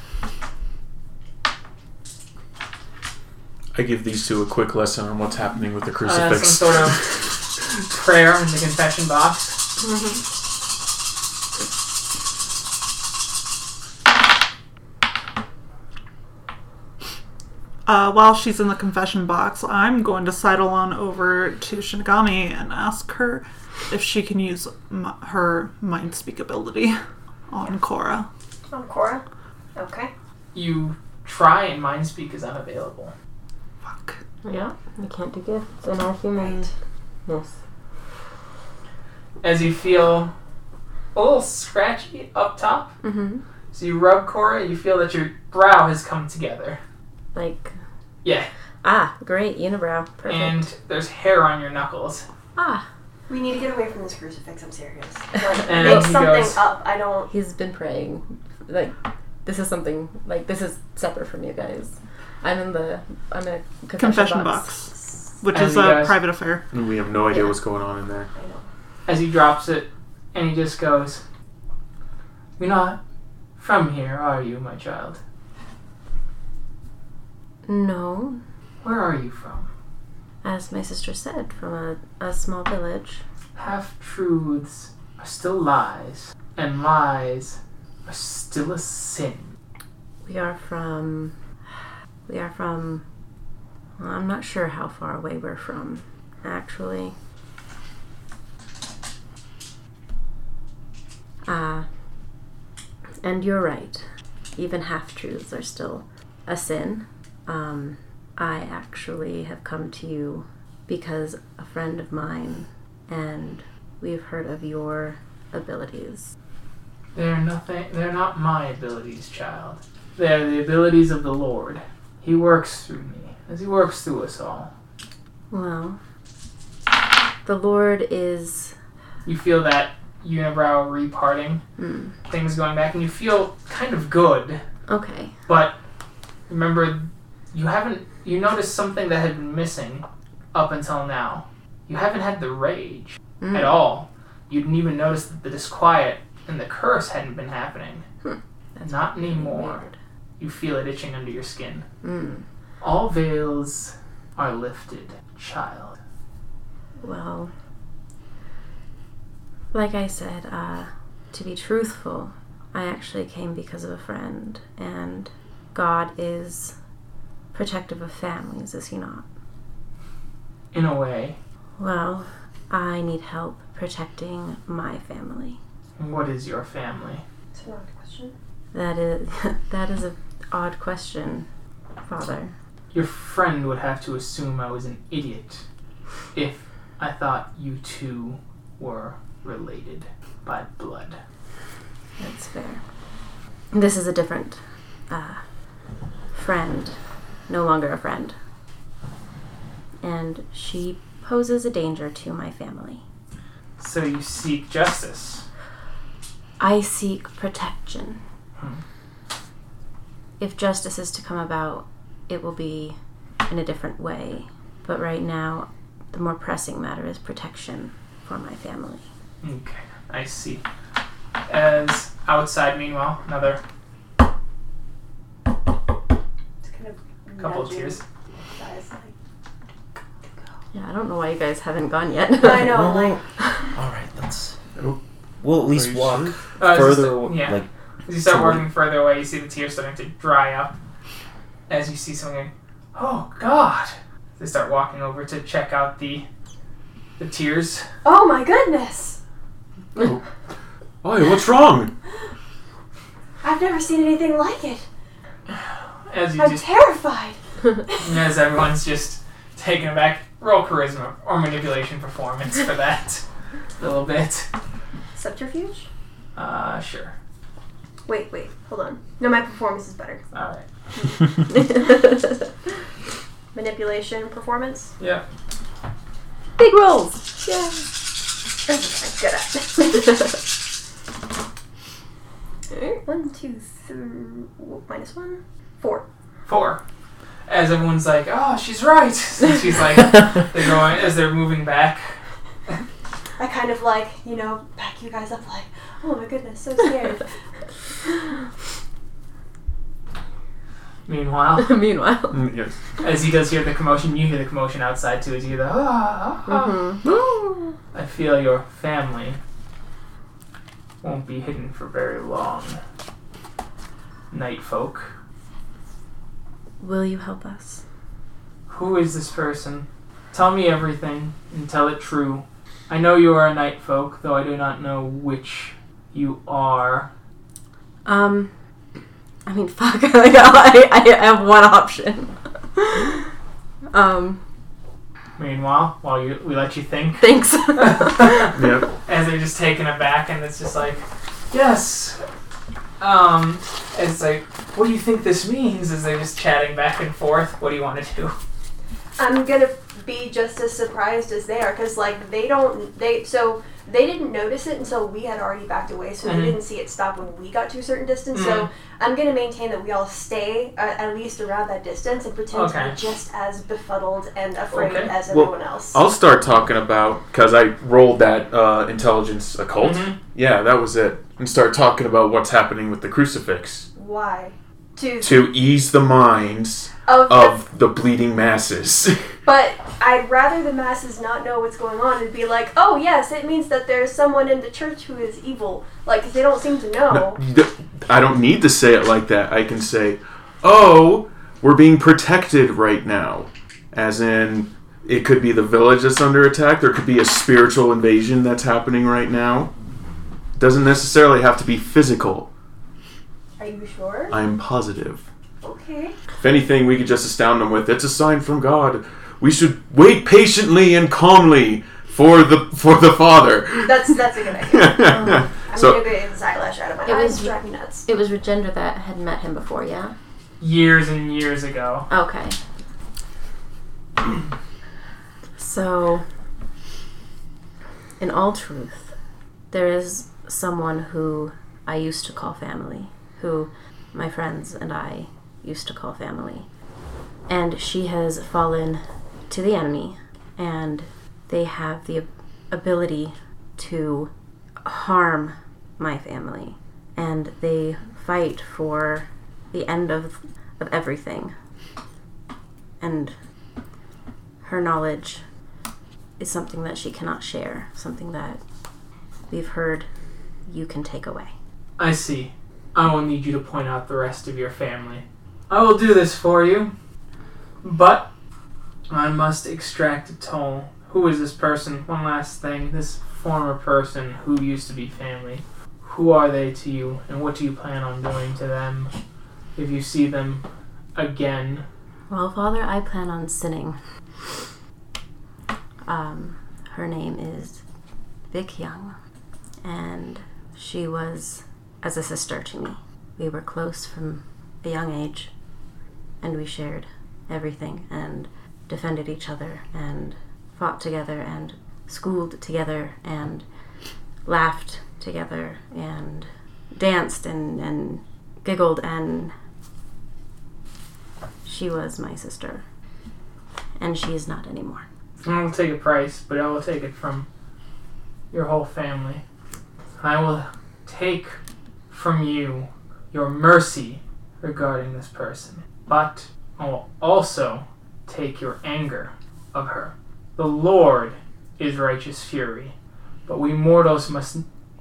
I give these two a quick lesson on what's happening with the Oh, Uh, some crucifix. sort of prayer in the confession box. Uh, while she's in the confession box, I'm going to sidle on over to Shinigami and ask her if she can use m- her mind speak ability on Cora. On Cora? Okay. You try and mind speak is unavailable. Fuck. Yeah, we can't do gifts in our humanness. As you feel a little scratchy up top, Mm-hmm. so you rub Cora, you feel that your brow has come together. Like, Yeah, ah, great, unibrow. Perfect. and there's hair on your knuckles. ah, We need to get away from this crucifix. I'm serious. <laughs> Like, And make he something goes- up. I don't. He's been praying, like this is something like this is separate from you guys. I'm in the I'm in a confession, Confession box. box, which And is you a guys- private affair. <laughs> And we have no idea Yeah. what's going on in there. I know. as he drops it, and he just goes, "You're not from here, are you, my child? No, Where are you from? as my sister said, from a, a small village. Half truths are still lies, and lies are still a sin. We are from. We are from. Well, I'm not sure how far away we're from, actually. Ah. and you're right. Even half truths are still a sin. Um, I actually have come to you because a friend of mine and we've heard of your abilities. They're nothing. They're not my abilities, child. They're the abilities of the Lord. He works through me, as He works through us all. Well, the Lord is You feel that." Unibrow reparting, Hmm. things going back, and you feel kind of good Okay. But remember, you haven't. You noticed something that had been missing up until now. You haven't had the rage Mm. at all. You didn't even notice that the disquiet and the curse hadn't been happening. Hmm. Not anymore. Weird. You feel it itching under your skin. Mm. All veils are lifted, child. Well, like I said, uh, to be truthful, I actually came because of a friend, and God is protective of families, is He not? In a way. Well, I need help protecting my family. And What is your family? It's an odd question. That is <laughs> that is a odd question, Father. Your friend would have to assume I was an idiot if I thought you two were related by blood. That's fair. This is a different uh, friend, no longer a friend. And she poses a danger to my family. So you seek justice. I seek protection. Hmm. If justice is to come about, it will be in a different way. But right now, the more pressing matter is protection for my family. Okay, I see. As outside, meanwhile, another It's kind of couple of nudging tears. guys, like, Yeah, I don't know why you guys haven't gone yet. I know, Well, <laughs> like, All right, let's. Oh. We'll at Are least you walk sure? Uh, as further. you st- wa- yeah. Like As you start Somewhere. walking further away, you see the tears starting to dry up. As you see something, oh God! They start walking over to check out the the tears. oh my goodness! Oi, what's wrong? I've never seen anything like it. As you I'm just, terrified. as everyone's just taken aback. Roll charisma or manipulation performance for that. A little bit. Subterfuge? Uh, sure. Wait, wait, hold on. No, my performance is better. All right. Manipulation, performance. Yeah. <laughs> Big rolls! Yeah. That's what I'm good at. one, two, three. w- Minus one. Four. Four. As everyone's like, oh, she's right. <laughs> she's like, <laughs> they're going as they're moving back. I kind of like, you know, back you guys up like, oh my goodness, so scared. Meanwhile, <laughs> Meanwhile. Mm, yes. as he does hear the commotion, you hear the commotion outside too. As you hear the ah, ah, ah. I feel your family won't be hidden for very long. Night folk. <gasps> Will you help us? Who is this person? Tell me everything and tell it true. I know you are a night folk, though I do not know which you are. Um, I mean, <laughs> fuck. like, I, I have one option. <laughs> um, Meanwhile, while you, we let you think, thanks. <laughs> Yep. as they're just taken aback, and it's just like, yes. Um, it's like, what do you think this means? As they're just chatting back and forth, what do you want to do? I'm gonna be just as surprised as they are because like they don't they so they didn't notice it until we had already backed away so Mhm. they didn't see it stop when we got to a certain distance so Mm-hmm. i'm gonna maintain that we all stay uh, at least around that distance and pretend to Okay. be just as befuddled and afraid Okay. as Well, everyone else I'll start talking about because I rolled that uh, intelligence occult. Mm-hmm. Mhm. Yeah, that was it. And start talking about what's happening with the crucifix why to, to ease the minds of, the- of the bleeding masses. <laughs> but i'd rather the masses not know what's going on and be like oh yes it means that there's someone in the church who is evil like 'cause they don't seem to know No, th- I don't need to say it like that. I can say, "Oh, we're being protected right now," as in it could be the village that's under attack. There could be a spiritual invasion that's happening right now. Doesn't necessarily have to be physical. are you sure I'm positive. okay If anything, we could just astound them with, "It's a sign from God. We should wait patiently and calmly for the for the Father." <laughs> that's that's a good idea I'm so gonna get his eyelash out of my It eyes. was- drive me nuts. It was Regender that had met him before, yeah? Years and years ago. Okay. So, in all truth, there is someone who I used to call family, who my friends and I used to call family. And she has fallen to the enemy, and they have the ability to harm my family. And they fight for the end of, of everything. And her knowledge is something that she cannot share, something that we've heard you can take away. I see. I will need you to point out the rest of your family. I will do this for you, but I must extract a toll. Who is this person? One last thing. This former person who used to be family. Who are they to you, and what do you plan on doing to them if you see them again? Well, Father, I plan on sinning. Um, her name is Vic Young, and she was as a sister to me. We were close from a young age, and we shared everything and defended each other and fought together and schooled together and laughed together and danced and, and giggled and she was my sister. And she is not anymore. I will take a price, but I will take it from your whole family. I will take from you your mercy regarding this person, but I will also take your anger of her. The Lord is righteous fury, but we mortals must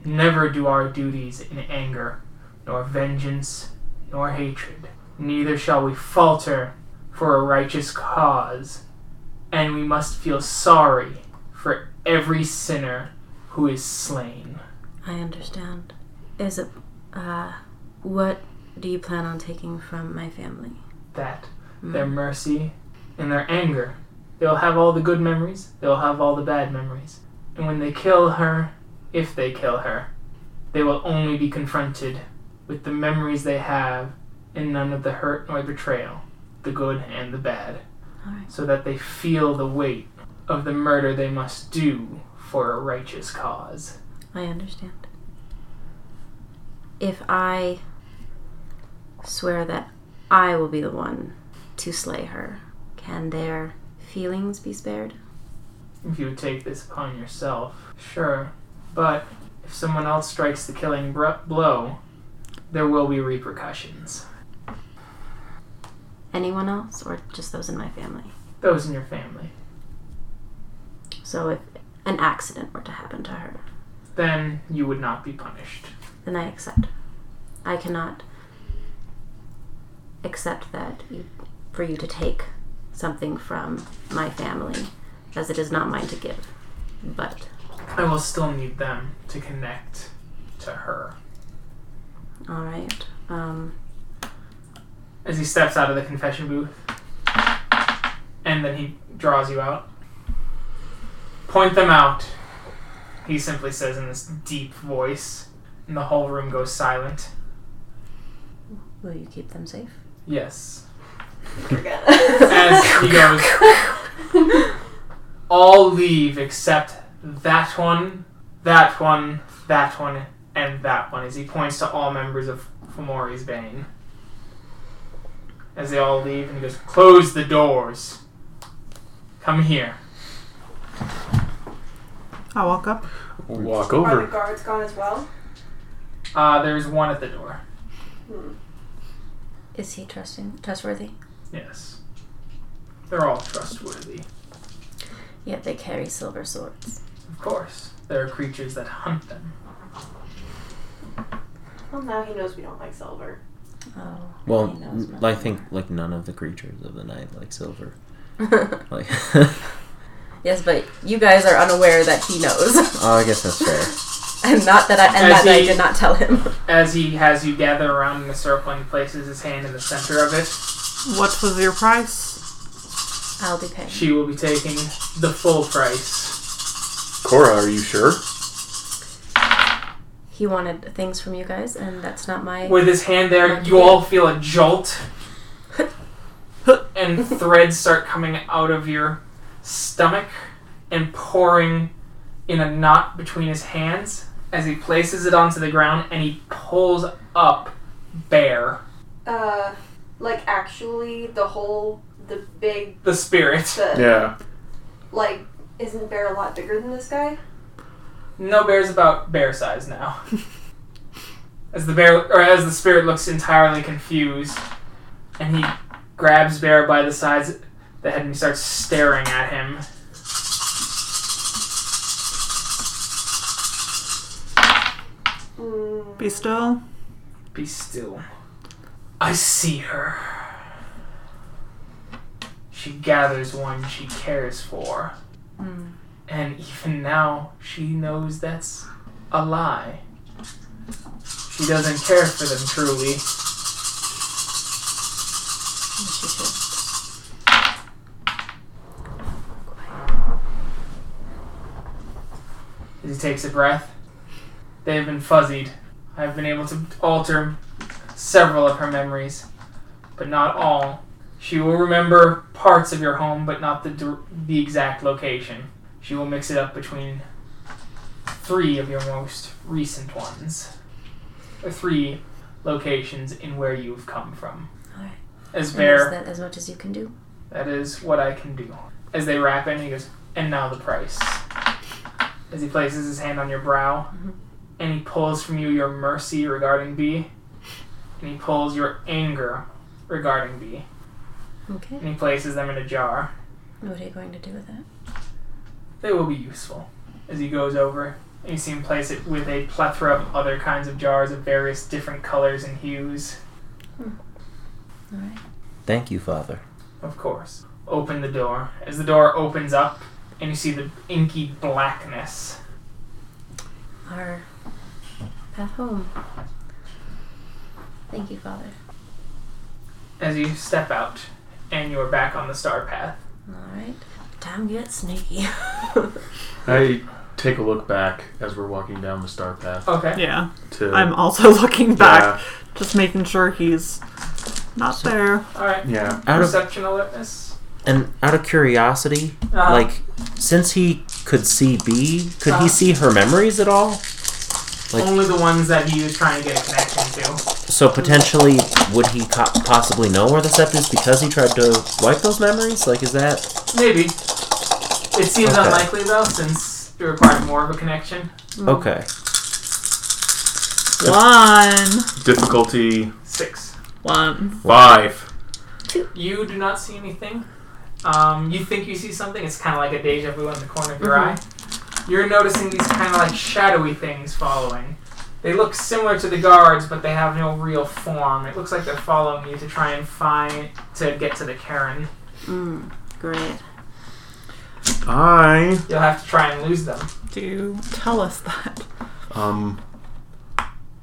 never do our duties in anger, nor vengeance, nor hatred. Neither shall we falter for a righteous cause and we must feel sorry for every sinner who is slain. I understand. Is it, uh, what do you plan on taking from my family? That Hmm. their mercy and their anger, they'll have all the good memories, they'll have all the bad memories. And when they kill her, if they kill her, they will only be confronted with the memories they have and none of the hurt nor betrayal, the good and the bad, Alright. so that they feel the weight of the murder they must do for a righteous cause. I understand. If I swear that I will be the one to slay her, can their feelings be spared? if you take this upon yourself. Sure, but if someone else strikes the killing br- blow, there will be repercussions. Anyone else, or just those in my family? Those in your family. So if an accident were to happen to her, Then you would not be punished. then I accept. I cannot accept that you, for you to take something from my family, as it is not mine to give. But I will still need them to connect to her. all right, um, As he steps out of the confession booth, and then he draws you out. Point them out, he simply says in this deep voice, and the whole room goes silent. will you keep them safe? Yes. <laughs> Forget it. As he goes, all leave except that one, that one, that one, and that one. As he points to all members of Fomori's Bane. As they all leave, and he goes, Close the doors. Come here. I walk up. Walk Are the over. guards gone as well? Uh, there's one at the door. Is he trusting trustworthy? Yes. They're all trustworthy. Yeah, they carry silver swords. Of course. There are creatures that hunt them. Well, now he knows we don't like silver. Oh, Well, he knows n- nothing. I think like none of the creatures of the night like silver. Like, <laughs> <laughs> Oh, yes, but you guys are unaware that he <laughs> knows, oh, I guess that's <laughs> fair. and not that I and As that I he- did not tell him. As he has you gather around in a circle and places his hand in the center of it, What was your price? I'll be paying. she will be taking the full price. Cora, are you sure? He wanted things from you guys, and that's not my. With his hand there, you all feel a jolt, and threads start coming out of your stomach and pouring in a knot between his hands as he places it onto the ground and he pulls up Bear, Uh, like actually, the whole, the big, the spirit. the Yeah. like, isn't Bear a lot bigger than this guy? No bear's about bear size now. as the bear or as the spirit looks entirely confused, and he grabs bear by the sides of the head and starts staring at him. Mm, Be still. Be still. I see her. She gathers one she cares for. And even now, she knows that's a lie. She doesn't care for them truly. She should. as he takes a breath. They have been fuzzied. I have been able to alter several of her memories, but not all. She will remember parts of your home, but not the dir- the exact location. She will mix it up between three of your most recent ones, or three locations in where you've come from. Alright. As And is Bear, that as much as you can do? that is what I can do. As they wrap in, he goes, and now the price. As he places his hand on your brow, Mhm. and he pulls from you your mercy regarding B, and he pulls your anger regarding B, Okay. and he places them in a jar. What are you going to do with that? They will be useful. As he goes over, and you see him place it with a plethora of other kinds of jars of various different colors and hues. All right. Thank you, Father. Of course. Open the door. As the door opens up, and you see the inky blackness Our path home. Thank you, Father. as you step out and you are back on the star path. All right. Time to get sneaky. I take a look back as we're walking down the star path Okay. Yeah. to. Oh, I'm also <laughs> looking back, Yeah. just making sure he's not there. All right. Yeah. Out of Perception alertness. and out of curiosity, Uh-huh. like since he could see B, could Uh-huh. he see her memories at all? like- Only the ones that he was trying to get a connection to. So potentially, would he co- possibly know where the sept is because he tried to wipe those memories? Like, is that Maybe. It seems Okay. unlikely though, since it required more of a connection. okay? One. Difficulty Six. One. five. You do not see anything. Um, you think you see something. It's kind of like a deja vu in the corner of your eye. You're noticing these kind of like shadowy things following. They look similar to the guards, but they have no real form. It looks like they're following you to try and find to get to the Karen. <laughs> Mm, great. I You'll have to try and lose them. Do tell us that. um.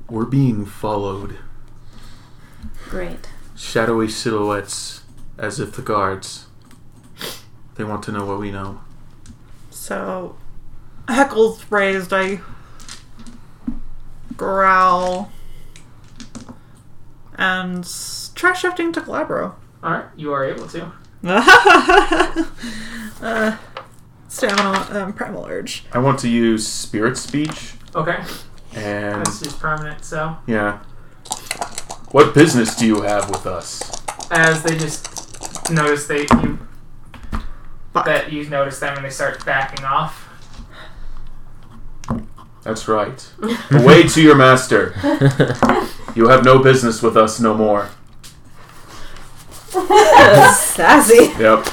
We're being followed. Great. Shadowy silhouettes, as if the guards. They want to know what we know. So, heckles raised. I growl and s- try shifting to Glabro. All right, you are able to. <laughs> uh, stamina, um, primal urge. I want to use spirit speech Okay, and that's just permanent. So yeah. What business do you have with us? as they just notice they you Fuck. that you notice them and they start backing off. <laughs> That's right. Away to your master. You have no business with us no more. <laughs> Sassy. Yep.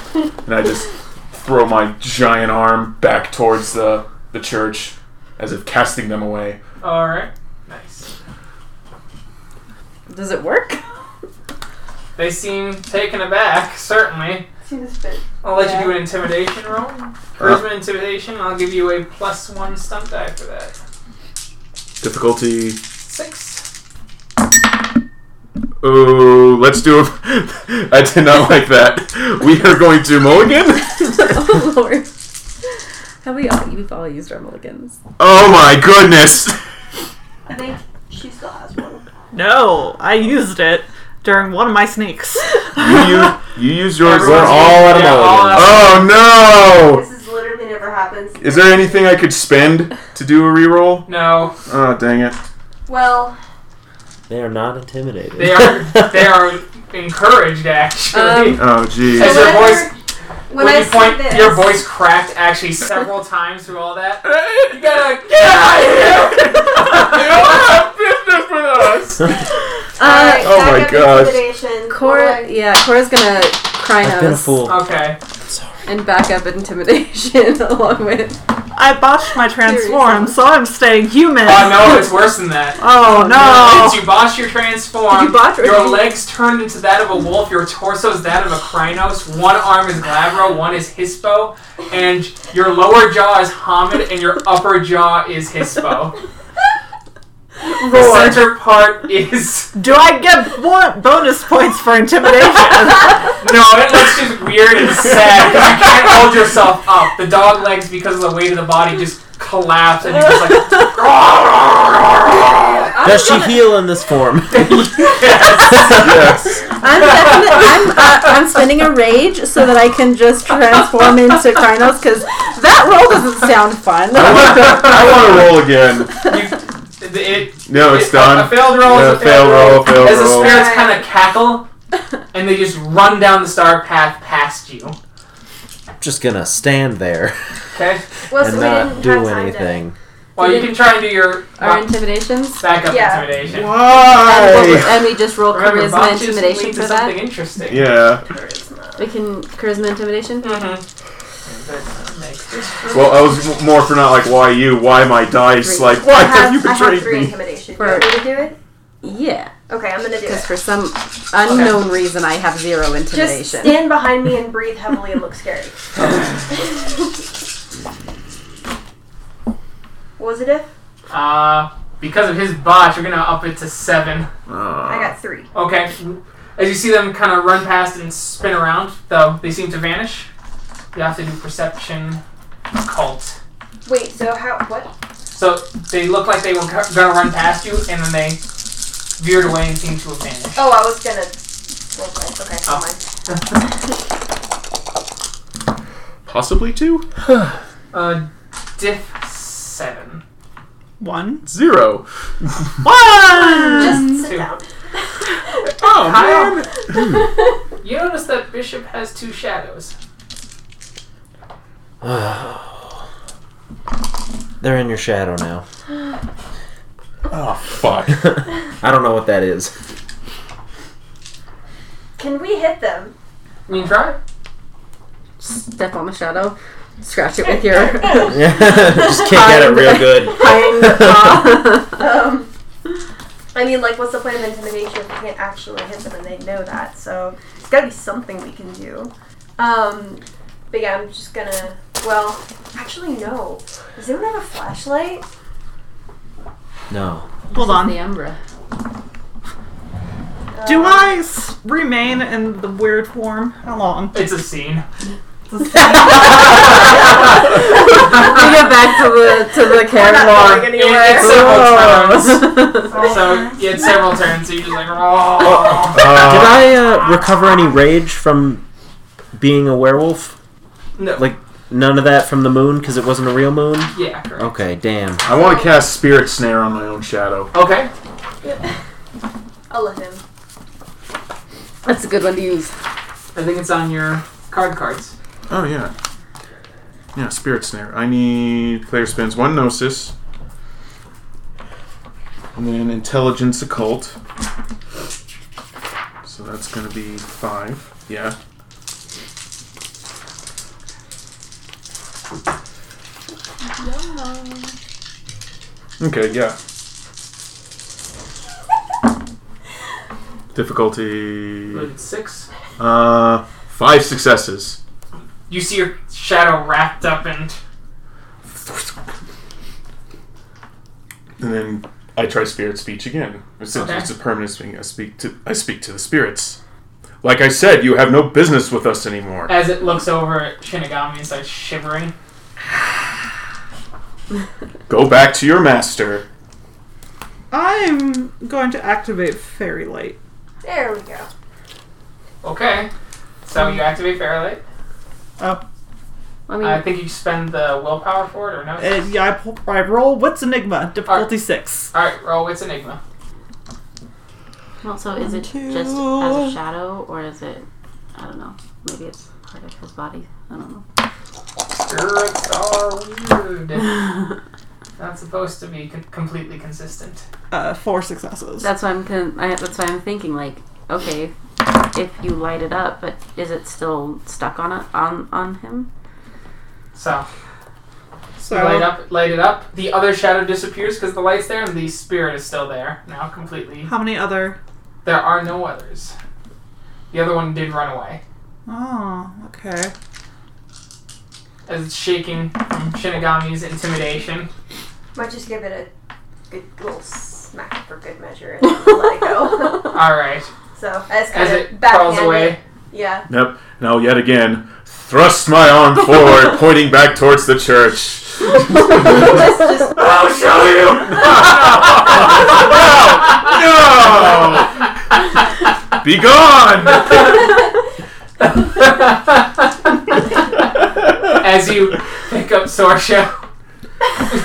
And I just throw my giant arm back towards the the church as if casting them away. All right, nice. Does it work? <laughs> They seem taken aback. Certainly, See this bit. I'll let Yeah. you do an intimidation roll. Charisma intimidation. I'll give you a plus one stunt die for that. Difficulty Six. Oh, let's do a. <laughs> I did not like that. We are going to mulligan? oh lord. Have we all? We've all used our mulligans. Oh my goodness! I think she still has one. No, I used it during one of my sneaks. <laughs> You, u- you used yours. We're all out of Yeah, all mulligans. Oh This is literally never happens. no! Is there anything I could spend to do a reroll? No, Oh, dang it. Well, <laughs> They are not intimidated. they are they are encouraged actually. Um, Oh, Is jeez. there whenever- voice- when, when I you see point, this, your voice cracked actually <laughs> several times through all that. You gotta get out <laughs> of here! uh, Oh my gosh. Cora, yeah, Cora's gonna cry <laughs> I've been a out fool. Okay. and back up intimidation <laughs> along with. I botched my transform, so I'm staying human. Oh no, it's worse than that. Oh Since no! you botched your transform, Um, You botched your- your legs turned into that of a wolf, your torso is that of a Krynos, one arm is Glabro, one is Hispo, and your lower jaw is Hamid, and your upper jaw is Hispo. The Roar. center part is. Do I get bo- bonus points for intimidation? No, it looks just weird and sad 'cause you can't hold yourself up. The dog legs, because of the weight of the body, just collapse and you're just like. Does she heal in this <laughs> form? Yes. I'm definitely, I'm, uh, I'm spending a rage so that I can just transform into Krynos because that roll doesn't sound fun. <laughs> I want to roll again. <laughs> You, it, it, No, <laughs> it's A, a done. failed roll Yeah, is a failed failed roll, failed As the roll. spirits kind of cackle, and they just run down the star path past you. Just gonna stand there Okay? Well, so and we not didn't have do time anything. Well, you can try and do your Our uh, intimidations. backup Yeah. intimidation. And, what we- Why? and we just roll Remember, charisma botches intimidation lead to for something that. interesting. Yeah. We can charisma intimidation. Mm-hmm. Well, I was m- more for not like why you, why my dice, like why I have have, you I have betrayed three me? intimidation. For- you want me to do it? Yeah, Okay, I'm gonna do because it. for some unknown reason I have zero intimidation. Just stand behind me and breathe heavily and look scary. what was it if? Uh, because of his botch, we're gonna up it to seven. Uh, I got three. Okay. As you see them kind of run past and spin around, though they seem to vanish. You have to do perception, cult. Wait, so how, what? So they look like they were cu- gonna run past you, and then they veered away and seemed to have vanished. Oh, I was gonna roll play. Okay, never Oh. mind. Possibly two? Uh, diff seven. One. Zero. One. Just sit Two. down. Oh Kyle. man. You notice that Bishop has two shadows. They're in your shadow now. <laughs> Oh fuck. I don't know what that is. Can we hit them? You mean try? Step on the shadow, scratch it <laughs> with your <laughs> <laughs> Just kick at it <laughs> real good. hind paw. Um, I mean, like, what's the point of intimidation if we can't actually hit them and they know that? So, it's gotta be something we can do. Um, but yeah, I'm just gonna. Well, actually, no. Does anyone have a flashlight? <laughs> No. Hold The on. <laughs> Umbra. Do Uh, I s- remain in the weird form? How <laughs> long? It's a scene. We get back to the to <laughs> the not caravan. going It, <laughs> anywhere. it's several turns. so yeah, it's several turns. So you're just like, oh. Did Uh, I uh, recover any rage from being a werewolf? No. Like None of that from the moon because it wasn't a real moon? Yeah, correct. Okay, damn. I want to cast Spirit Snare on my own shadow. Okay. I'll let him. That's a good one to use. I think it's on your card cards. Oh, yeah. Yeah, Spirit Snare. I need. Player spends one Gnosis. And then Intelligence Occult. So that's going to be five. Yeah. Okay, yeah. Difficulty. But it's six. Uh, five successes. You see your shadow wrapped up in. And then I try spirit speech again. It's, Okay. it's a permanent thing. I speak to I speak to the spirits. Like I said, you have no business with us anymore. As it looks over at Shinigami and starts shivering. Go back to your master. I'm going to activate fairy light. There we go. Okay. So you activate Fairlight. Oh, I mean, I think you spend the willpower for it or no? uh, yeah. I, pull, I roll. What's enigma? Difficulty six. Alright, roll its Enigma. Also, is it just as a shadow, or is it? I don't know. Maybe it's part of his body. I don't know. Spirits are <laughs> weird. Not supposed to be con- completely consistent. Uh, four successes. That's why I'm. Con- I, that's why I'm thinking like, okay, if you light it up, but is it still stuck on it on on him? So, so light up, light it up. The other shadow disappears because the light's there, and the spirit is still there now completely. how many other? There are no others. The other one did run away. Oh, okay. As it's shaking from Shinigami's intimidation. Might just give it a good little smack for good measure <laughs> and let it <laughs> go. uh, All right, so as kind as of it crawls backhanded. away. Yeah. Yep. Now yet again, thrust my arm forward, pointing back towards the church. Let's just I'll show you. <laughs> <laughs> <laughs> no, no. Be gone. As you pick up Sorsha, Yep.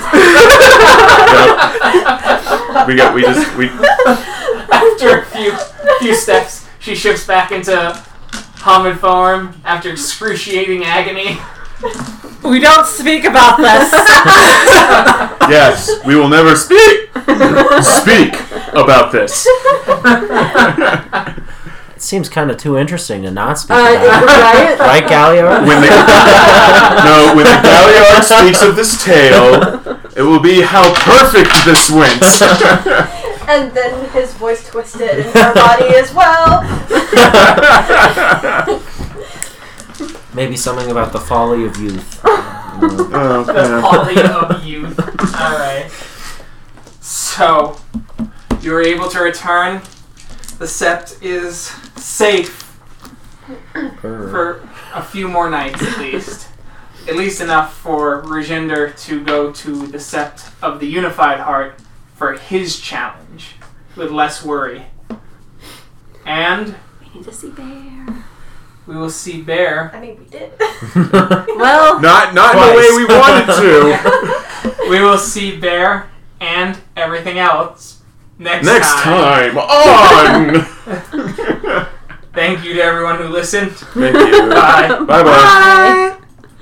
We got. We just. We. after a few few steps, she shifts back into Hamid form after excruciating agony. We don't speak about this. <laughs> Yes. We will never speak. speak about this. It seems kind of too interesting to not speak <laughs> about it. <laughs> uh, right? Right, Galliard? When the no, when the <laughs> Galliard speaks of this tale, it will be how perfect this went. <laughs> and then his voice twisted and <laughs> her body as well. <laughs> Maybe something about the folly of youth. oh, The man. folly of youth. All right. So you are able to return. The sept is safe Uh, for a few more nights at least. at least enough for Rajender to go to the sept of the Unified Heart for his challenge with less worry. And We need to see bear. we will see Bear. I mean, we did. <laughs> Well, Not not in the way we wanted to. We will see Bear and everything else next, Next time on. Thank you to everyone who listened. Thank you. Bye. Bye bye. Bye.